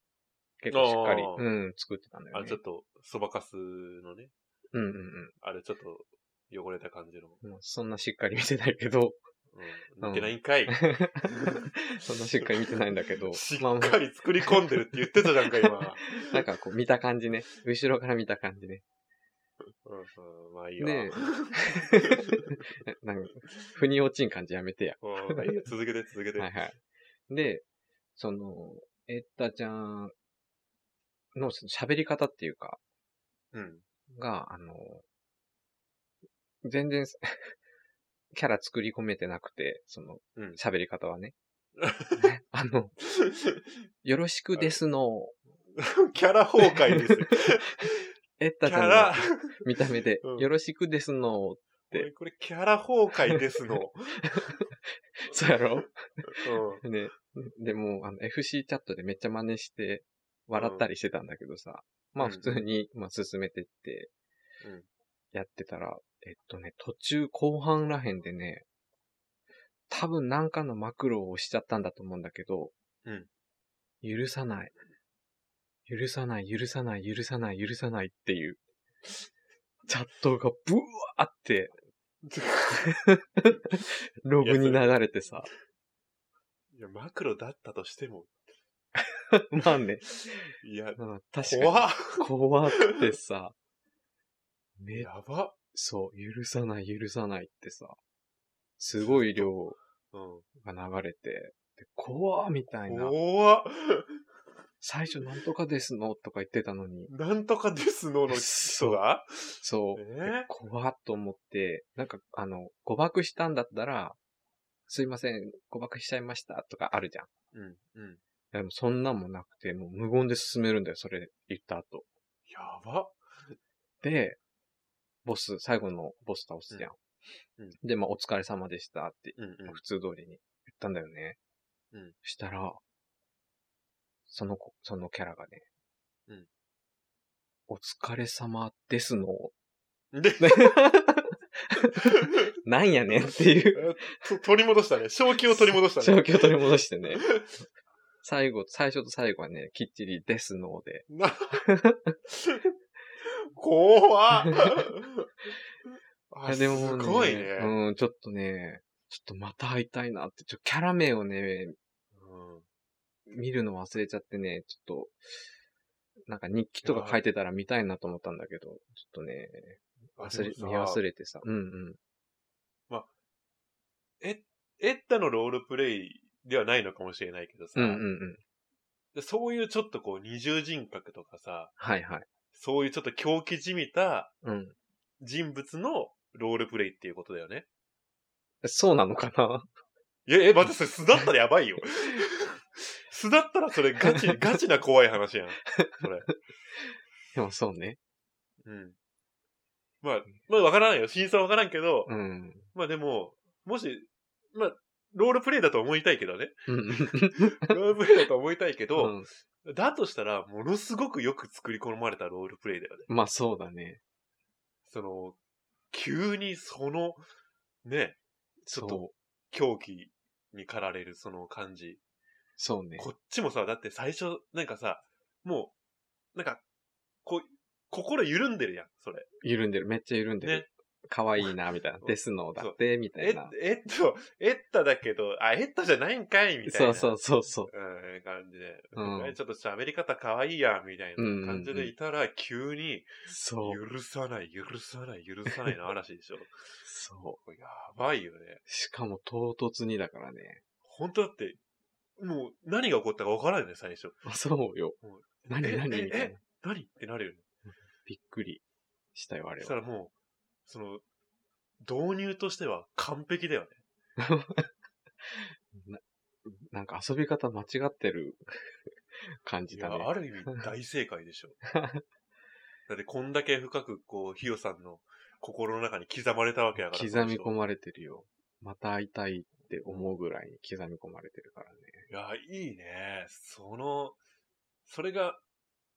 Speaker 2: 結構しっかり、
Speaker 1: あー
Speaker 2: うん、作ってたんだ
Speaker 1: あ
Speaker 2: よ
Speaker 1: の、
Speaker 2: ね。
Speaker 1: ちょっと、そばかすのね、
Speaker 2: うんうんうん。
Speaker 1: あれちょっと汚れた感じの。
Speaker 2: もうそんなしっかり見てないけど、 (laughs)
Speaker 1: うん。見てないんかい。、
Speaker 2: そんなしっかり見てないんだけど
Speaker 1: (laughs) しっ
Speaker 2: まあま
Speaker 1: かり作り込んでるって言ってたじゃんか、
Speaker 2: (laughs)
Speaker 1: 今。
Speaker 2: あ、なんかこう見た感じね。後ろから見た感
Speaker 1: (laughs)
Speaker 2: じね。 (laughs)
Speaker 1: うんうん、まあいいわ。
Speaker 2: で、なんか、腑に落ちん感じやめてや。
Speaker 1: うんまあいいよ続けて、続けて。
Speaker 2: はいはい。で、その、エッタちゃんのその喋り方っていうか、
Speaker 1: うん。
Speaker 2: が、あの、全然、 (laughs) キャラ作り込めてなくて、その
Speaker 1: うん、
Speaker 2: 喋り方
Speaker 1: (laughs)
Speaker 2: はね。あの、よろしくですの、
Speaker 1: キャラ崩壊
Speaker 2: (laughs)
Speaker 1: ですよ。
Speaker 2: エッ
Speaker 1: キ
Speaker 2: タちゃ
Speaker 1: ャ
Speaker 2: んの
Speaker 1: ラ、
Speaker 2: 見た目で、
Speaker 1: うん
Speaker 2: よろしく (laughs) ですの、
Speaker 1: これこれキャラ崩壊ですの。
Speaker 2: そうやろ
Speaker 1: うん
Speaker 2: ね、でも、あの、FC チャットでめっちゃ真似して、笑ったりしてたんだけどさ、まあ
Speaker 1: うん
Speaker 2: 普通に、まあ進めてって
Speaker 1: うん、
Speaker 2: やってたら、えっとね、途中後半らへんでね、多分なんかのマクロを押しちゃったんだと思うんだけど、
Speaker 1: うん
Speaker 2: 許さない。許さない、許さない、許さない、許さないっていう、チャットがブワーって、 (laughs) ログに流れてさ、
Speaker 1: いや、マクロだったとしても、
Speaker 2: まあね、
Speaker 1: いや、
Speaker 2: うん確かに。
Speaker 1: 怖っ
Speaker 2: 怖くてさ、
Speaker 1: (laughs)
Speaker 2: め、
Speaker 1: やば
Speaker 2: そう、許さない、許さないってさ、すごい量
Speaker 1: うん。
Speaker 2: が流れて、で怖ーみたいな、
Speaker 1: 怖っ
Speaker 2: 最初なんとかですのとか言ってたのに、
Speaker 1: なんとかですのの人が
Speaker 2: そう、
Speaker 1: えー
Speaker 2: 怖っと思って、なんか、あの、誤爆したんだったら、すいません、誤爆しちゃいましたとかあるじゃん。
Speaker 1: うん、うん。
Speaker 2: でもそんなんもなくて、もう無言で進めるんだよ、それ言った後。
Speaker 1: やば。
Speaker 2: で、ボス、最後のボス倒すじゃん。
Speaker 1: うんうん
Speaker 2: で、まあ、お疲れ様でしたって、
Speaker 1: うん、うん
Speaker 2: 普通通りに言ったんだよね。
Speaker 1: うん
Speaker 2: したら、その子、そのキャラがね、
Speaker 1: うん
Speaker 2: お疲れ様ですの。 (laughs)
Speaker 1: で、
Speaker 2: なんやねんっていう。
Speaker 1: と取り戻したね。正気を取り戻した
Speaker 2: 状
Speaker 1: ね。
Speaker 2: 況を取り戻してね。最後、最初と最後はね、きっちりですので。
Speaker 1: な
Speaker 2: (laughs)
Speaker 1: 怖っ
Speaker 2: い
Speaker 1: あ
Speaker 2: やでもね、
Speaker 1: すごいね。
Speaker 2: うん、ちょっとね、ちょっとまた会いたいなって、ちょ、キャラ名をね、
Speaker 1: うん
Speaker 2: 見るの忘れちゃってね、ちょっと、なんか日記とか書いてたら見たいなと思ったんだけど、ちょっとね、忘れ、見忘。れてさ、うんうん。
Speaker 1: え、エッタのロールプレイではないのかもしれないけどさ、
Speaker 2: うんうんうん。
Speaker 1: でそういうちょっとこう二重人格とかさ、
Speaker 2: はいはい。
Speaker 1: そういうちょっと狂気じみた
Speaker 2: うん。
Speaker 1: 人物のロールプレイっていうことだよね。
Speaker 2: そうなのかな (laughs)
Speaker 1: いや、え、待って、それ素だったらやばいよ。 (laughs) 素だったらそれガチ、ガチな怖い話やん。それ。
Speaker 2: でもそうね。
Speaker 1: うん。まあ、まあわからないよ。真相はわからんけど、
Speaker 2: うん。
Speaker 1: まあでも、もし、まあ、ロールプレイだと思いたいけ
Speaker 2: (laughs)
Speaker 1: どね。
Speaker 2: うんうん。
Speaker 1: ロールプレイだと思いたいけど、
Speaker 2: (laughs) うん
Speaker 1: だとしたら、ものすごくよく作り込まれたロールプレイだよね。
Speaker 2: まあそうだね。
Speaker 1: その、急にその、ね、ちょっ
Speaker 2: そう
Speaker 1: と、狂気に駆られるその感じ。
Speaker 2: そうね。
Speaker 1: こっちもさ、だって最初、なんかさ、もう、なんか、こう、心緩んでるやん、それ。
Speaker 2: 緩んでる。めっちゃ緩んで
Speaker 1: ね
Speaker 2: る。。可愛いな、みたい
Speaker 1: (laughs)
Speaker 2: な
Speaker 1: そ。う
Speaker 2: ですのだって、みた
Speaker 1: え
Speaker 2: いな。、
Speaker 1: えっと、エッタだけど、あ、エッタじゃないんかい、みたい
Speaker 2: そ
Speaker 1: な。
Speaker 2: うそうそうそう。
Speaker 1: うん、感じで。
Speaker 2: うん
Speaker 1: えちょっと喋り方可愛いやん、みたいな感じでいたら、急に、
Speaker 2: そう。
Speaker 1: 許さない、許さない、許さないの嵐でしょ。
Speaker 2: そう。
Speaker 1: これやばいよね。
Speaker 2: しかも唐突にだからね。
Speaker 1: 本当だって、もう何が起こったか分からんよね、最初。
Speaker 2: あそうよ
Speaker 1: うん。
Speaker 2: 何
Speaker 1: え
Speaker 2: 何
Speaker 1: え
Speaker 2: みたい
Speaker 1: え
Speaker 2: な。
Speaker 1: 何ってなるよね。
Speaker 2: びっくりしたよ、あれ
Speaker 1: そした
Speaker 2: は。
Speaker 1: らもう、その、導入としては完璧だよね。
Speaker 2: なんか遊び方間違ってる (laughs) 感
Speaker 1: い
Speaker 2: じ
Speaker 1: や、
Speaker 2: だね。
Speaker 1: ある意味大正解
Speaker 2: (laughs)
Speaker 1: でしょ。だってこんだけ深く、こう、ひよさんの心の中に刻まれたわけだから。
Speaker 2: 刻み込
Speaker 1: む。
Speaker 2: まれてるよ。また会いたいって思うぐらいに刻み込まれてるからね。
Speaker 1: いや、いいね。その、それが、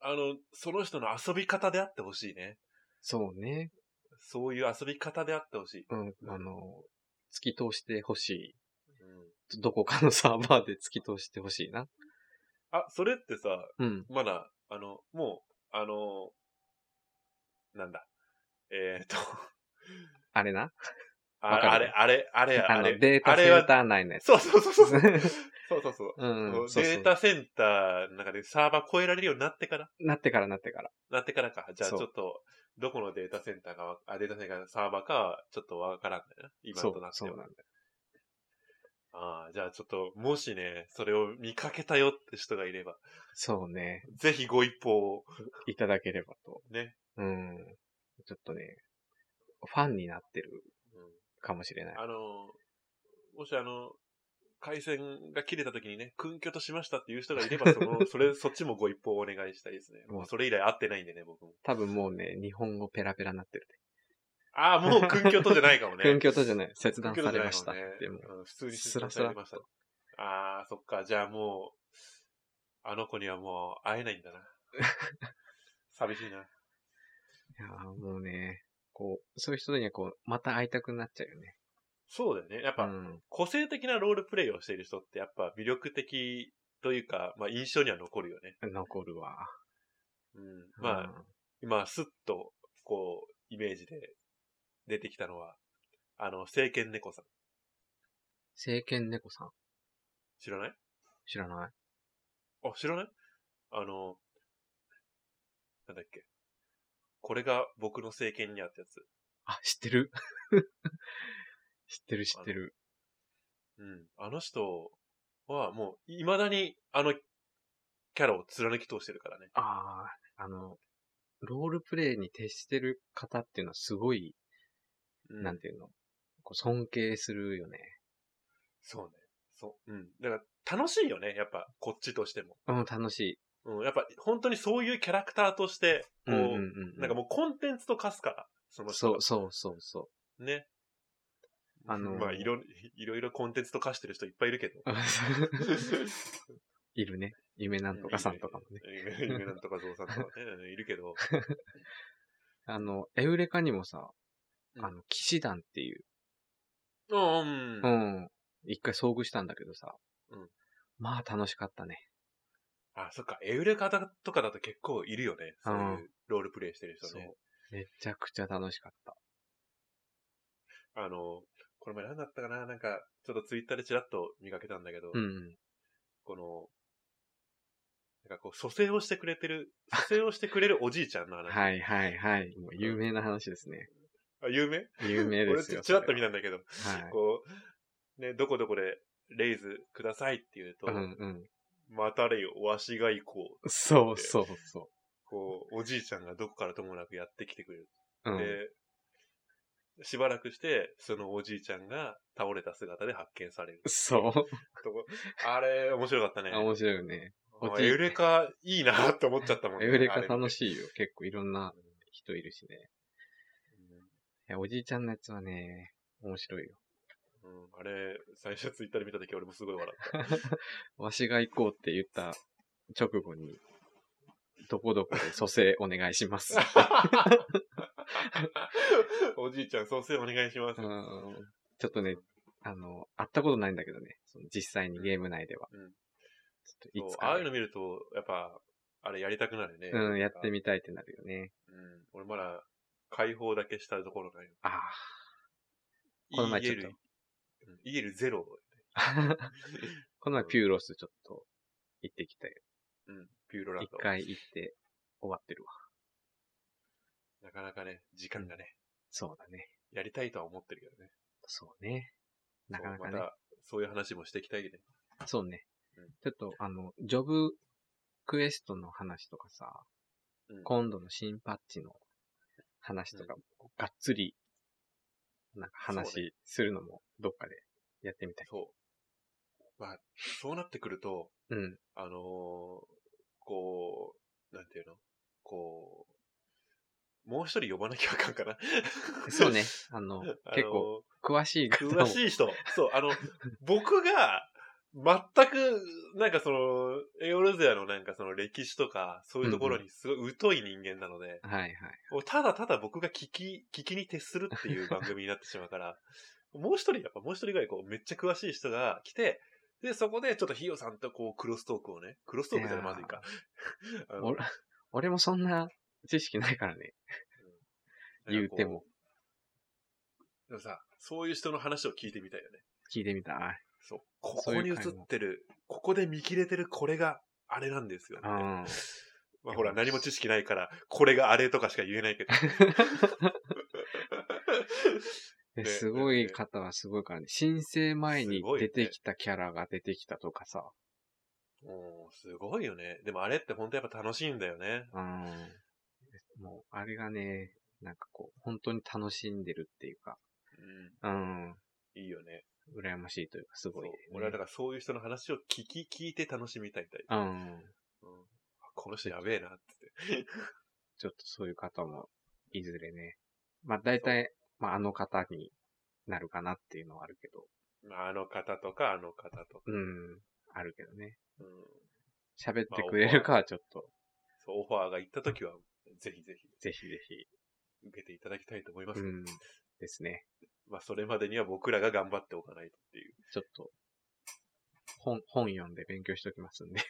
Speaker 1: あの、その人の遊び方であってほしいね。
Speaker 2: そうね。
Speaker 1: そういう遊び方であってほしい。
Speaker 2: うん。あの、突き通してほし
Speaker 1: うん
Speaker 2: い。どこかのサーバーで突き通してほしいな。
Speaker 1: あ、それってさ、
Speaker 2: うん。
Speaker 1: まだ、あの、もう、あの、なんだ。えっ、と、
Speaker 2: あれな。
Speaker 1: あ
Speaker 2: わか
Speaker 1: あれ
Speaker 2: る、
Speaker 1: あれ、あれや、
Speaker 2: あ
Speaker 1: あ
Speaker 2: の、
Speaker 1: れ。
Speaker 2: データ
Speaker 1: あれ
Speaker 2: セン
Speaker 1: は、
Speaker 2: ター内のやつ。
Speaker 1: そうそうそうそう。そうそうそう。
Speaker 2: うんうん。そうそ
Speaker 1: デ
Speaker 2: う
Speaker 1: ータセンターの中でサーバー超えられるようになってから
Speaker 2: なってからなってから。
Speaker 1: なってからか。じゃあち
Speaker 2: そう
Speaker 1: ょっと、どこのデータセンターかわ、あ、データセンターかサーバーかはちょっとわからんだよな。今
Speaker 2: そう
Speaker 1: とな、って
Speaker 2: そう
Speaker 1: は
Speaker 2: なんだよ。
Speaker 1: ああ、じゃあちょっと、もしね、それを見かけたよって人がいれば、
Speaker 2: そうね。
Speaker 1: ぜひご一報を
Speaker 2: いただければと。
Speaker 1: ね。
Speaker 2: うん。ちょっとね、ファンになってる
Speaker 1: うん
Speaker 2: かもしれない。
Speaker 1: あの、もしあの、回線が切れた時にね、訓挙としましたっていう人がいれ
Speaker 2: (laughs)
Speaker 1: ば、その、それ、そっちもご一報お願いしたいですね。もうそれ以来会ってないんでね、僕も。
Speaker 2: 多分もうね、日本語ペラペラになってる。
Speaker 1: ああ、もう訓挙とじゃないか
Speaker 2: (laughs)
Speaker 1: もね。
Speaker 2: 訓教とじゃない。切
Speaker 1: 訓
Speaker 2: 断
Speaker 1: 挙
Speaker 2: さ
Speaker 1: とじ
Speaker 2: れ
Speaker 1: ゃな
Speaker 2: ま
Speaker 1: い
Speaker 2: し
Speaker 1: か
Speaker 2: た
Speaker 1: も
Speaker 2: っ
Speaker 1: ね
Speaker 2: てもう。
Speaker 1: うん普通に
Speaker 2: ス
Speaker 1: 切
Speaker 2: ラ
Speaker 1: 断
Speaker 2: ス
Speaker 1: さ
Speaker 2: ラ
Speaker 1: れ
Speaker 2: っと
Speaker 1: ました。ああ、そっか、じゃあもう、あの子にはもう会えないん
Speaker 2: (laughs)
Speaker 1: だな。寂しいな。
Speaker 2: いやーもうね、こう、そういう人にはこう、また会いたくなっちゃうよね。
Speaker 1: そうだよね。やっ
Speaker 2: う
Speaker 1: ぱ、
Speaker 2: ん。
Speaker 1: 個性的なロールプレイをしている人って、やっぱ魅力的というか、まあ印象には残るよね。
Speaker 2: 残るわ。
Speaker 1: うん。まあ、今、スッと、こう、イメージで出てきたのは、あの、聖剣猫さん。
Speaker 2: 聖剣猫さん。
Speaker 1: 知らない
Speaker 2: 知らない
Speaker 1: あ、知らないあの、なんだっけ。これが僕の聖剣にあったやつ。
Speaker 2: あ、知ってる (laughs) 知ってる知ってる。
Speaker 1: うん。あの人は、もう、未だに、あの、キャラを貫き通してるからね。
Speaker 2: ああ、あの、ロールプレイに徹してる方っていうのはすごい、
Speaker 1: うん
Speaker 2: なんていうの、こう尊敬するよね。
Speaker 1: そうね。そう。うん。だから、楽しいよね。やっぱ、こっちとしても。
Speaker 2: うん、楽しい。
Speaker 1: うん。やっぱ、本当にそういうキャラクターとして、こう、
Speaker 2: うん
Speaker 1: なんかもうコンテンツと化すから、その人
Speaker 2: そ
Speaker 1: が
Speaker 2: うそうそうそ
Speaker 1: ね。
Speaker 2: あのー
Speaker 1: まあ、いろ、いろいろコンテンツと化してる人いっぱいいるけ
Speaker 2: (laughs)
Speaker 1: ど。
Speaker 2: う。いるね。夢なんとかさんとかもね。
Speaker 1: 夢夢なんとかゾウさんとかね、 (laughs) うんいるけど。
Speaker 2: あの、エウレカにもさ、
Speaker 1: うん
Speaker 2: あの、騎士団っていう、
Speaker 1: うん、
Speaker 2: う
Speaker 1: うん。
Speaker 2: ん、一回遭遇したんだけどさ、
Speaker 1: うん
Speaker 2: まあ楽しかったね。
Speaker 1: あ、そっか、エウレカとかだと結構いるよね。そう
Speaker 2: う
Speaker 1: いうロールプレイしてる人
Speaker 2: そう
Speaker 1: ね。。
Speaker 2: めちゃくちゃ楽しかった。
Speaker 1: あの、これ前何だったかななんか、ちょっとツイッターでチラッと見かけたんだけど、
Speaker 2: うんうん。
Speaker 1: この、なんかこう、蘇生をしてくれて
Speaker 2: (laughs)
Speaker 1: る、蘇生をしてくれるおじいちゃんの話。
Speaker 2: はいはいはい。もう有名な話ですね。
Speaker 1: あ、有名
Speaker 2: 有名で
Speaker 1: (laughs) 俺
Speaker 2: すよ。
Speaker 1: ちらっと見
Speaker 2: な。
Speaker 1: たんだけど、
Speaker 2: はい。
Speaker 1: こう、ね、どこどこでレイズくださいって言うと、
Speaker 2: うんうん。
Speaker 1: またれよ、わしが行こう。
Speaker 2: そうそうそ
Speaker 1: こう、おじいちゃんがどこからともなくやってきてくれる。
Speaker 2: う。うん。
Speaker 1: で、しばらくして、そのおじいちゃんが倒れた姿で発見される。
Speaker 2: そう。
Speaker 1: とこあれ、面白かったね。
Speaker 2: 面白いよね。
Speaker 1: あ
Speaker 2: おじい
Speaker 1: エウレカいいなって思っちゃったもんね。
Speaker 2: エウレカ
Speaker 1: あれ
Speaker 2: 楽しいよ。結構いろんな人いるしね。いや、おじいちゃんのやつはね、面白いよ。
Speaker 1: うん、うんあれ、最初ツイッターで見た時俺もすごい笑
Speaker 2: (laughs)
Speaker 1: った。
Speaker 2: わしが行こうって言った直後に、どこどこで蘇生お願い
Speaker 1: (laughs)
Speaker 2: します。
Speaker 1: おじいちゃん、蘇生お願いします。
Speaker 2: う
Speaker 1: うん
Speaker 2: んちょっとね、あの、会ったことないんだけどね、その実際にゲーム内では。
Speaker 1: うん
Speaker 2: ちょっといつ
Speaker 1: あ
Speaker 2: か
Speaker 1: あい
Speaker 2: ね、
Speaker 1: うの見ると、やっぱ、あれやりたくなるね。
Speaker 2: うん、やってみたいってなるよね。
Speaker 1: うん。俺まだ、解放だけしたところないよ。
Speaker 2: あこの前ちょっと
Speaker 1: EL、うん EL ゼロ。
Speaker 2: あ。 (laughs) この前ピューロスちょっと行ってきたよ。
Speaker 1: うん。ピューロラン
Speaker 2: 一
Speaker 1: ド。
Speaker 2: 回行って終わってるわ。
Speaker 1: なかなかね、時間がね、
Speaker 2: そうだね。
Speaker 1: やりたいとは思ってるけどね。
Speaker 2: そうね。なかなか
Speaker 1: そう
Speaker 2: ね
Speaker 1: ま。た、そういう話もしていきたいけどね。
Speaker 2: そうね
Speaker 1: うん。
Speaker 2: ちょっと、あの、ジョブクエストの話とかさ、
Speaker 1: うん
Speaker 2: 今度の新パッチの話とか、がっつり、なんか
Speaker 1: そう
Speaker 2: 話するのも、どっかでやってみたい。
Speaker 1: そう。まあ、そうなってくると、 (laughs)
Speaker 2: うん。
Speaker 1: あのーこう、なんていうのこう、もう一人呼ばなきゃあかんかな。
Speaker 2: そうね。。あの、
Speaker 1: (laughs) あ
Speaker 2: 結構、
Speaker 1: の
Speaker 2: 詳しい方を
Speaker 1: 詳しい人。そう、あの、僕が、全く、なんかその、エオルゼアのなんかその歴史とか、そういうところにすごい疎い人間なので、
Speaker 2: はいはい。
Speaker 1: もうただただ僕が聞き、聞きに徹するっていう番組になってしまうから、 (laughs) もう一人、やっぱもう一人ぐらいこう、めっちゃ詳しい人が来て、で、そこでちょっとヒヨさんとこう、クロストークをね、クロストークじゃまずいか。 (laughs) あの
Speaker 2: 俺、俺もそんな知識ないからね。言うて。
Speaker 1: なんか
Speaker 2: も
Speaker 1: こでもさ、そういう人の話を聞いてみたいよね。
Speaker 2: 聞いてみたい。
Speaker 1: そう。ここ
Speaker 2: そう
Speaker 1: に
Speaker 2: い
Speaker 1: 映
Speaker 2: う
Speaker 1: っ
Speaker 2: 回も
Speaker 1: てる、ここで見切れてるこれがあれなんですよ、ね。
Speaker 2: うん。
Speaker 1: まあほら、何も知識ないから、これがあれとかしか言えないけ
Speaker 2: (laughs)
Speaker 1: ど。
Speaker 2: で
Speaker 1: ね
Speaker 2: すごい方はすごいからね。申請前に
Speaker 1: すごいね
Speaker 2: 出てきたキャラが出てきたとかさ。
Speaker 1: うん、すごいよね。でもあれって本当やっぱ楽しいんだよね。
Speaker 2: うん。もう、あれがね、なんかこう、本当に楽しんでるっていうか、う
Speaker 1: う
Speaker 2: ん。
Speaker 1: ん、いいよね。
Speaker 2: 羨ましいというか、すごいね、
Speaker 1: そう俺はだからそういう人の話を聞き、聞いて楽しみたいタイプ。
Speaker 2: うん。
Speaker 1: うん、あこの人やべえなって
Speaker 2: (laughs) ちょっとそういう方も、いずれね。まあ、大体、まあ、あの方になるかなっていうのはあるけど、
Speaker 1: って。まああの方とか、あの方とか。
Speaker 2: うん。あるけどね。
Speaker 1: うん、
Speaker 2: 喋ってくれるかはちょっと、
Speaker 1: そう、オファーが行った時は、ぜひぜひ
Speaker 2: ぜひぜひ。
Speaker 1: 受けていただきたいと思います。
Speaker 2: うん。ですね。
Speaker 1: まあそれまでには僕らが頑張っておかないとっていう。
Speaker 2: ちょっと、本、本読んで勉強しておきますんで。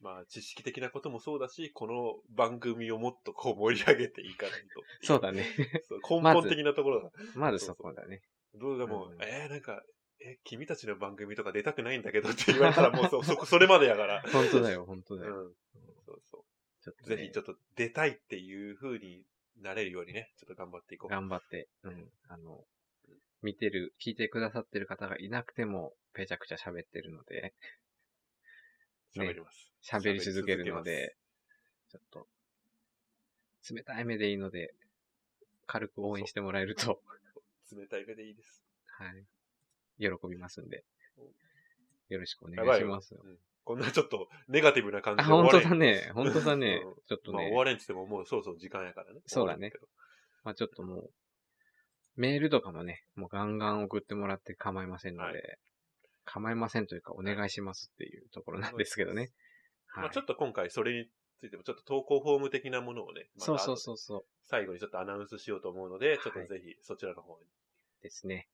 Speaker 1: まあ、知識的なこともそうだし、この番組をもっとこう盛り上げていかないと。
Speaker 2: そうだね。
Speaker 1: そう根本的なところだ。
Speaker 2: (laughs) まずそこだね。
Speaker 1: どうでも、
Speaker 2: うん
Speaker 1: えー、なんか、え君たちの番組とか出たくないんだけどって言われたらも
Speaker 2: (laughs)
Speaker 1: うそ、そこ、それまでやから。
Speaker 2: 本当だよ、本当
Speaker 1: うん
Speaker 2: だよ。。
Speaker 1: そうそ
Speaker 2: ちょっ
Speaker 1: う。
Speaker 2: とね
Speaker 1: ぜひ、ちょっと出たいっていう風になれるようにね、ちょっと頑張っていこう。
Speaker 2: 頑張って、うん、あの、見てる、聞いてくださってる方がいなくても、ぺちゃくちゃ喋ってるので、
Speaker 1: 喋ります。
Speaker 2: 喋り続けるの
Speaker 1: 喋り
Speaker 2: で、ちょっと、冷たい目でいいので、軽く応援してもらえると、
Speaker 1: 冷たい目でいいです。
Speaker 2: はい。喜びますんで。よろしくお
Speaker 1: や
Speaker 2: 願
Speaker 1: ば
Speaker 2: い
Speaker 1: い
Speaker 2: し
Speaker 1: よ
Speaker 2: ます。
Speaker 1: こんなちょっとネガティブな感じで
Speaker 2: あ、
Speaker 1: 終
Speaker 2: 本
Speaker 1: わ
Speaker 2: 当
Speaker 1: れ
Speaker 2: だ
Speaker 1: (laughs)
Speaker 2: ね。本当だね
Speaker 1: うん。
Speaker 2: ちょっと
Speaker 1: まあ
Speaker 2: ね
Speaker 1: 終。われんちてももうそろそろ時間やからね。
Speaker 2: そう
Speaker 1: 終
Speaker 2: だね
Speaker 1: われんけど。
Speaker 2: まあちょっともう、メールとかもね、もうガンガン送ってもらって構いませんので、
Speaker 1: は
Speaker 2: 構いませんというかお願いしますっていうところなんですけどね。はい。
Speaker 1: まあちょっと今回それについてもちょっと投稿フォーム的なものをね、また
Speaker 2: そうそうそうそう
Speaker 1: 最後にちょっとアナウンスしようと思うので、ちょっと
Speaker 2: はい
Speaker 1: ぜひそちらの方に
Speaker 2: ですね。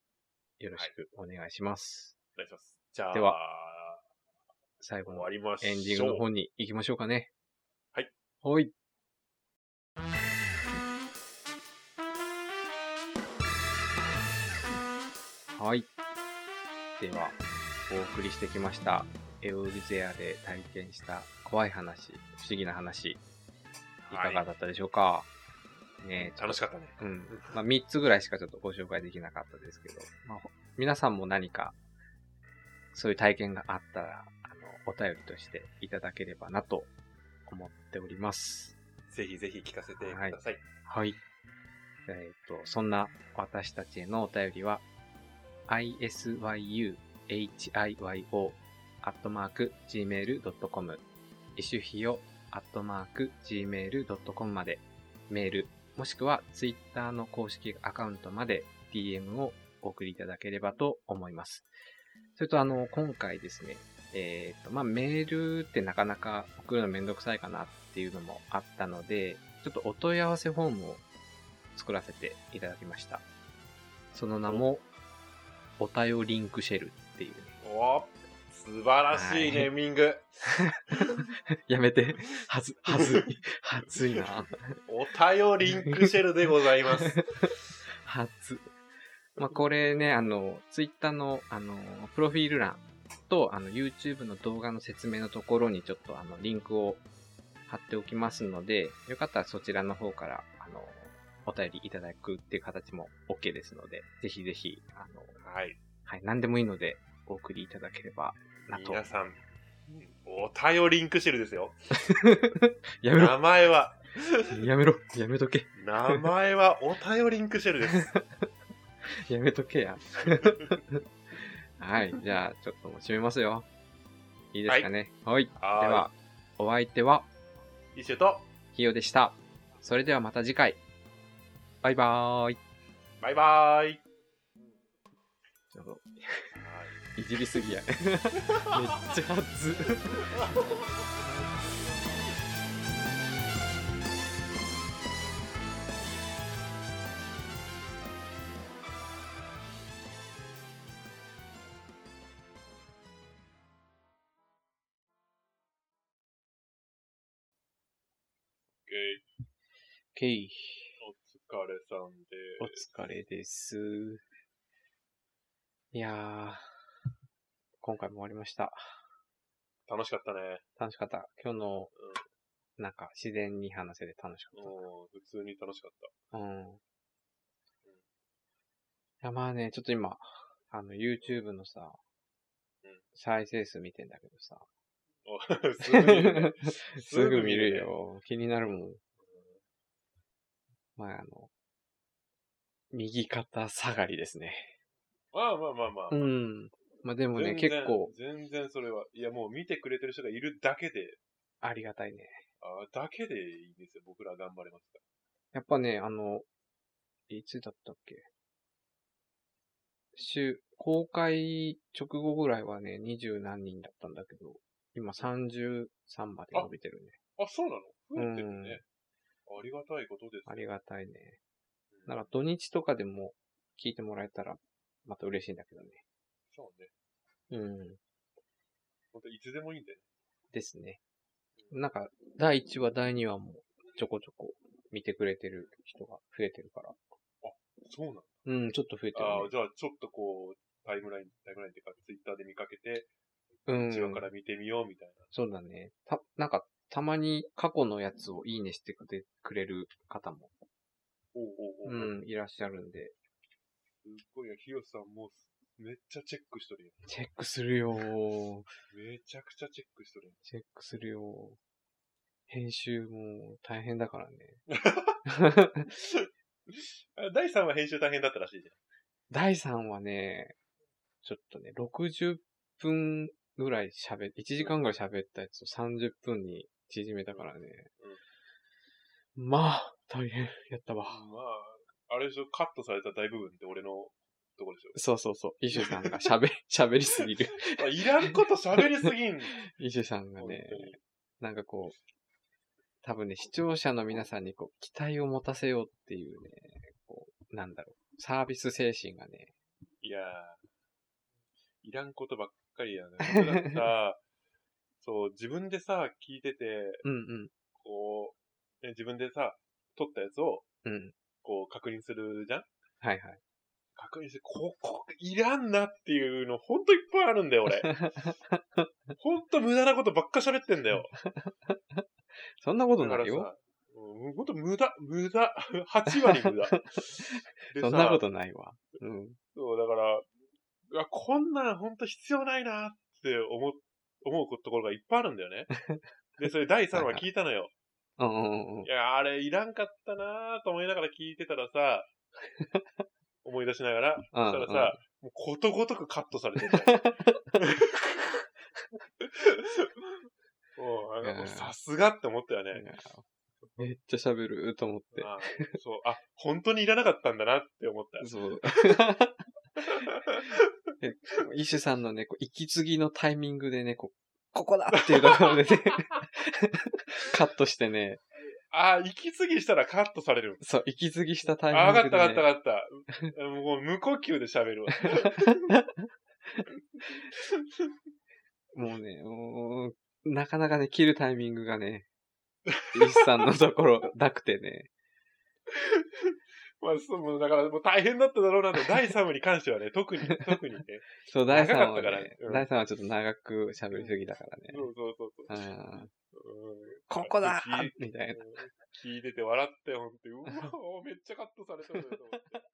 Speaker 2: よろしくお願いします。
Speaker 1: お願いします。じゃあ、
Speaker 2: では最後
Speaker 1: 終
Speaker 2: の
Speaker 1: わりましょう。
Speaker 2: エンディングの方に行きましょうかね。
Speaker 1: はい。
Speaker 2: はい。はい。では、お送りしてきました。エオルゼアで体験した怖い話、不思議な話、いかがだったでしょうか、ねえ
Speaker 1: 楽しかったね。
Speaker 2: うん。まあ、3つぐらいしかちょっとご紹介できなかったですけど、まあ、ほ皆さんも何か、そういう体験があったら、あの、お便りとしていただければなと思っております。
Speaker 1: ぜひぜひ聞かせてください。
Speaker 2: はい。えーっ、と、そんな私たちへのお便りは、isyuhiyo.gmail.com、一周費用 .gmail.com まで、メール、もしくはツイッターの公式アカウントまで DM をお送りいただければと思います。それと、あの、今回ですね、えーっ、と、まあ、メールってなかなか送るのめんどくさいかなっていうのもあったので、ちょっとお問い合わせフォームを作らせていただきました。その名も、お便りリンクシェルっていうね。 (laughs)
Speaker 1: お素晴らしいネーミング。
Speaker 2: やめて。はず、はずい。はずいな。
Speaker 1: お便りリンクシェルでござい (laughs) ます。
Speaker 2: (laughs) はず。まあ、これね、あの、ツイッターの、あの、プロフィール欄と、あの、YouTube の動画の説明のところにちょっと、あの、リンクを貼っておきますので、よかったらそちらの方から、あの、お便りいただくっていう形も OK ですので、ぜひぜひ、あの、
Speaker 1: はい。
Speaker 2: はい、何でもいいので、お送りいただければなと。
Speaker 1: 皆さん、お便りリンクシェルですよ。
Speaker 2: やめろ
Speaker 1: 名前は、
Speaker 2: やめろやめとけ
Speaker 1: 名前はお便りリンクシェル (laughs) です。
Speaker 2: やめとけや。 (laughs) はい、じゃあ、ちょっともう締めますよ。いいですかね。はい。では、お相手は、
Speaker 1: い、一緒と、
Speaker 2: ひよでした。それではまた次回。バイバーイ。
Speaker 1: バイバーイ。
Speaker 2: ちょっといじりす (laughs) ぎや。めっちゃ熱っ。けい。
Speaker 1: お疲れさんで
Speaker 2: お疲れです。いやー、今回も終わりました。
Speaker 1: 楽しかったね。
Speaker 2: 楽しかった。今日の、なんか自然に話せて楽しか
Speaker 1: う
Speaker 2: っ
Speaker 1: ん、普通に楽しかった。
Speaker 2: た。うん。いや、まあね、ちょっと今、あの、YouTube のさ
Speaker 1: うん、
Speaker 2: 再生数見てんだけどさ。
Speaker 1: おすぐ見る (laughs) ね
Speaker 2: すぐ見る。よ。気になるもん。まあ、あの、右肩下がりですね。
Speaker 1: まあまあまあまあ。
Speaker 2: うん。まあでもね、
Speaker 1: 全然
Speaker 2: 結構
Speaker 1: 全然それは。いや、もう見てくれてる人がいるだけで、
Speaker 2: ありがたいね。
Speaker 1: あだけでいいですよ。僕ら頑張れますか
Speaker 2: やっぱね、あの、いつだったっけ週、公開直後ぐらいはね、二十何人だったんだけど、今33まで伸びてるね。
Speaker 1: ら。あ、そうなの増えてるね。ありがたいことです
Speaker 2: あ
Speaker 1: よ。
Speaker 2: りがたいね。なんか土日とかでも聞いてもらえたら、また嬉しいんだけどね。
Speaker 1: そうね。
Speaker 2: うん。
Speaker 1: 本当いつでもいいんだよ。
Speaker 2: ですね。なんか、第1話、第2話もちょこちょこ見てくれてる人が増えてるから。
Speaker 1: そうなの
Speaker 2: うん、ちょっと増えてる、ね。
Speaker 1: ああ、じゃあちょっとこう、タイムライン、タイムラインっていうか、ツイッターで見かけて、
Speaker 2: うん
Speaker 1: 一話から見てみようみたい
Speaker 2: そうだね。た、なんか、たまに過去のやつをいいねしてくれくれる方も、
Speaker 1: な。おうおうおう
Speaker 2: うん、いらっしゃるんで、
Speaker 1: すっごいよ、ひよさんもうめっちゃチェックしとるや
Speaker 2: チェックするよー
Speaker 1: ん。めちゃくちゃチェックしとるやん。
Speaker 2: チェックするよー編集も大変だからね。
Speaker 1: あ第3話編集大変だったらしいじ
Speaker 2: 第3はね、ちょっとね、60分ぐらい喋っ、1時間ぐらい喋ったやつを30分に縮めたからね。まあ、大変やったわ
Speaker 1: ゃ。ん。まあ、あれでしょ、カットされた大部分って俺のとこでし
Speaker 2: そうそうそう。イシュさんが喋、 (laughs) 喋りすぎる。
Speaker 1: ょ。あいらんこと喋りすぎ
Speaker 2: (laughs)
Speaker 1: ん。
Speaker 2: イシュさんが
Speaker 1: 本当
Speaker 2: ね、
Speaker 1: に
Speaker 2: なんかこう、多分ね、視聴者の皆さんにこう、期待を持たせようっていうね、こう、なんだろう、サービス精神がね、
Speaker 1: いやー、いらんことばっかりやね。僕だってさ、 (laughs) そう、自分でさ、聞いてて、
Speaker 2: うんうん、
Speaker 1: こう、ね自分でさ、撮ったやつを、
Speaker 2: うん。
Speaker 1: こう、確認するじゃん
Speaker 2: はいはい。
Speaker 1: 確認して、ここ、いらんなっていうの、ほんといっぱいあるんだよ、
Speaker 2: (laughs)
Speaker 1: 俺。ほんと無駄なことばっか喋ってんだよ。
Speaker 2: そんなこと
Speaker 1: だか
Speaker 2: な
Speaker 1: ら
Speaker 2: いよ。
Speaker 1: さ、うんほんと無駄、無駄、8割 (laughs) 無駄。で
Speaker 2: そんなことないわ。うん。
Speaker 1: そう、だから、うわこんなんほんと必要ないなって思う、思うところがいっぱいあるんだよ
Speaker 2: (laughs)
Speaker 1: ね。で、それ第3話聞いたのよ。
Speaker 2: うんうんうん
Speaker 1: い。や、あれいらんかったなと思いながら聞いてたら
Speaker 2: (laughs)
Speaker 1: さ、思い出しながら、
Speaker 2: うん
Speaker 1: そしたらさ、もうことごとくカットされて
Speaker 2: (laughs)
Speaker 1: たよ。もう、あ
Speaker 2: いや
Speaker 1: の、さすがって思ったよ
Speaker 2: うん
Speaker 1: ね。
Speaker 2: めっちゃ喋ると思って。
Speaker 1: あそう、あ、本当にいらなかったんだなって思った。
Speaker 2: (laughs) そう。えイシュさんのね、こう息継ぎのタイミングでね、こうここだっていうところで (laughs) ね、カットしてね、
Speaker 1: あ、息継ぎしたらカットされる。
Speaker 2: そう、息継ぎしたタイミ
Speaker 1: あ、わかっ
Speaker 2: ング
Speaker 1: たわ
Speaker 2: で、ね。
Speaker 1: かったわかった。もう無呼吸で喋る
Speaker 2: (laughs)
Speaker 1: わ。
Speaker 2: もうね、もう、なかなかね、切るタイミングがね、イシュさんのところ、なくて
Speaker 1: (laughs)
Speaker 2: ね。
Speaker 1: まあ、そう、もうだからもう大変だっただろうなと、第3部に関してはね、特に、特にね。
Speaker 2: そう、第3
Speaker 1: 長かっ
Speaker 2: 話、
Speaker 1: たから
Speaker 2: ね
Speaker 1: うん
Speaker 2: 第3話ちょっと長く喋りすぎだからね。
Speaker 1: そうそうそうそう。
Speaker 2: うん
Speaker 1: うん
Speaker 2: ここだ
Speaker 1: 聞い
Speaker 2: みたいな。
Speaker 1: 聞いてて笑って、ほんとに。うわ、めっちゃカットされたと思って。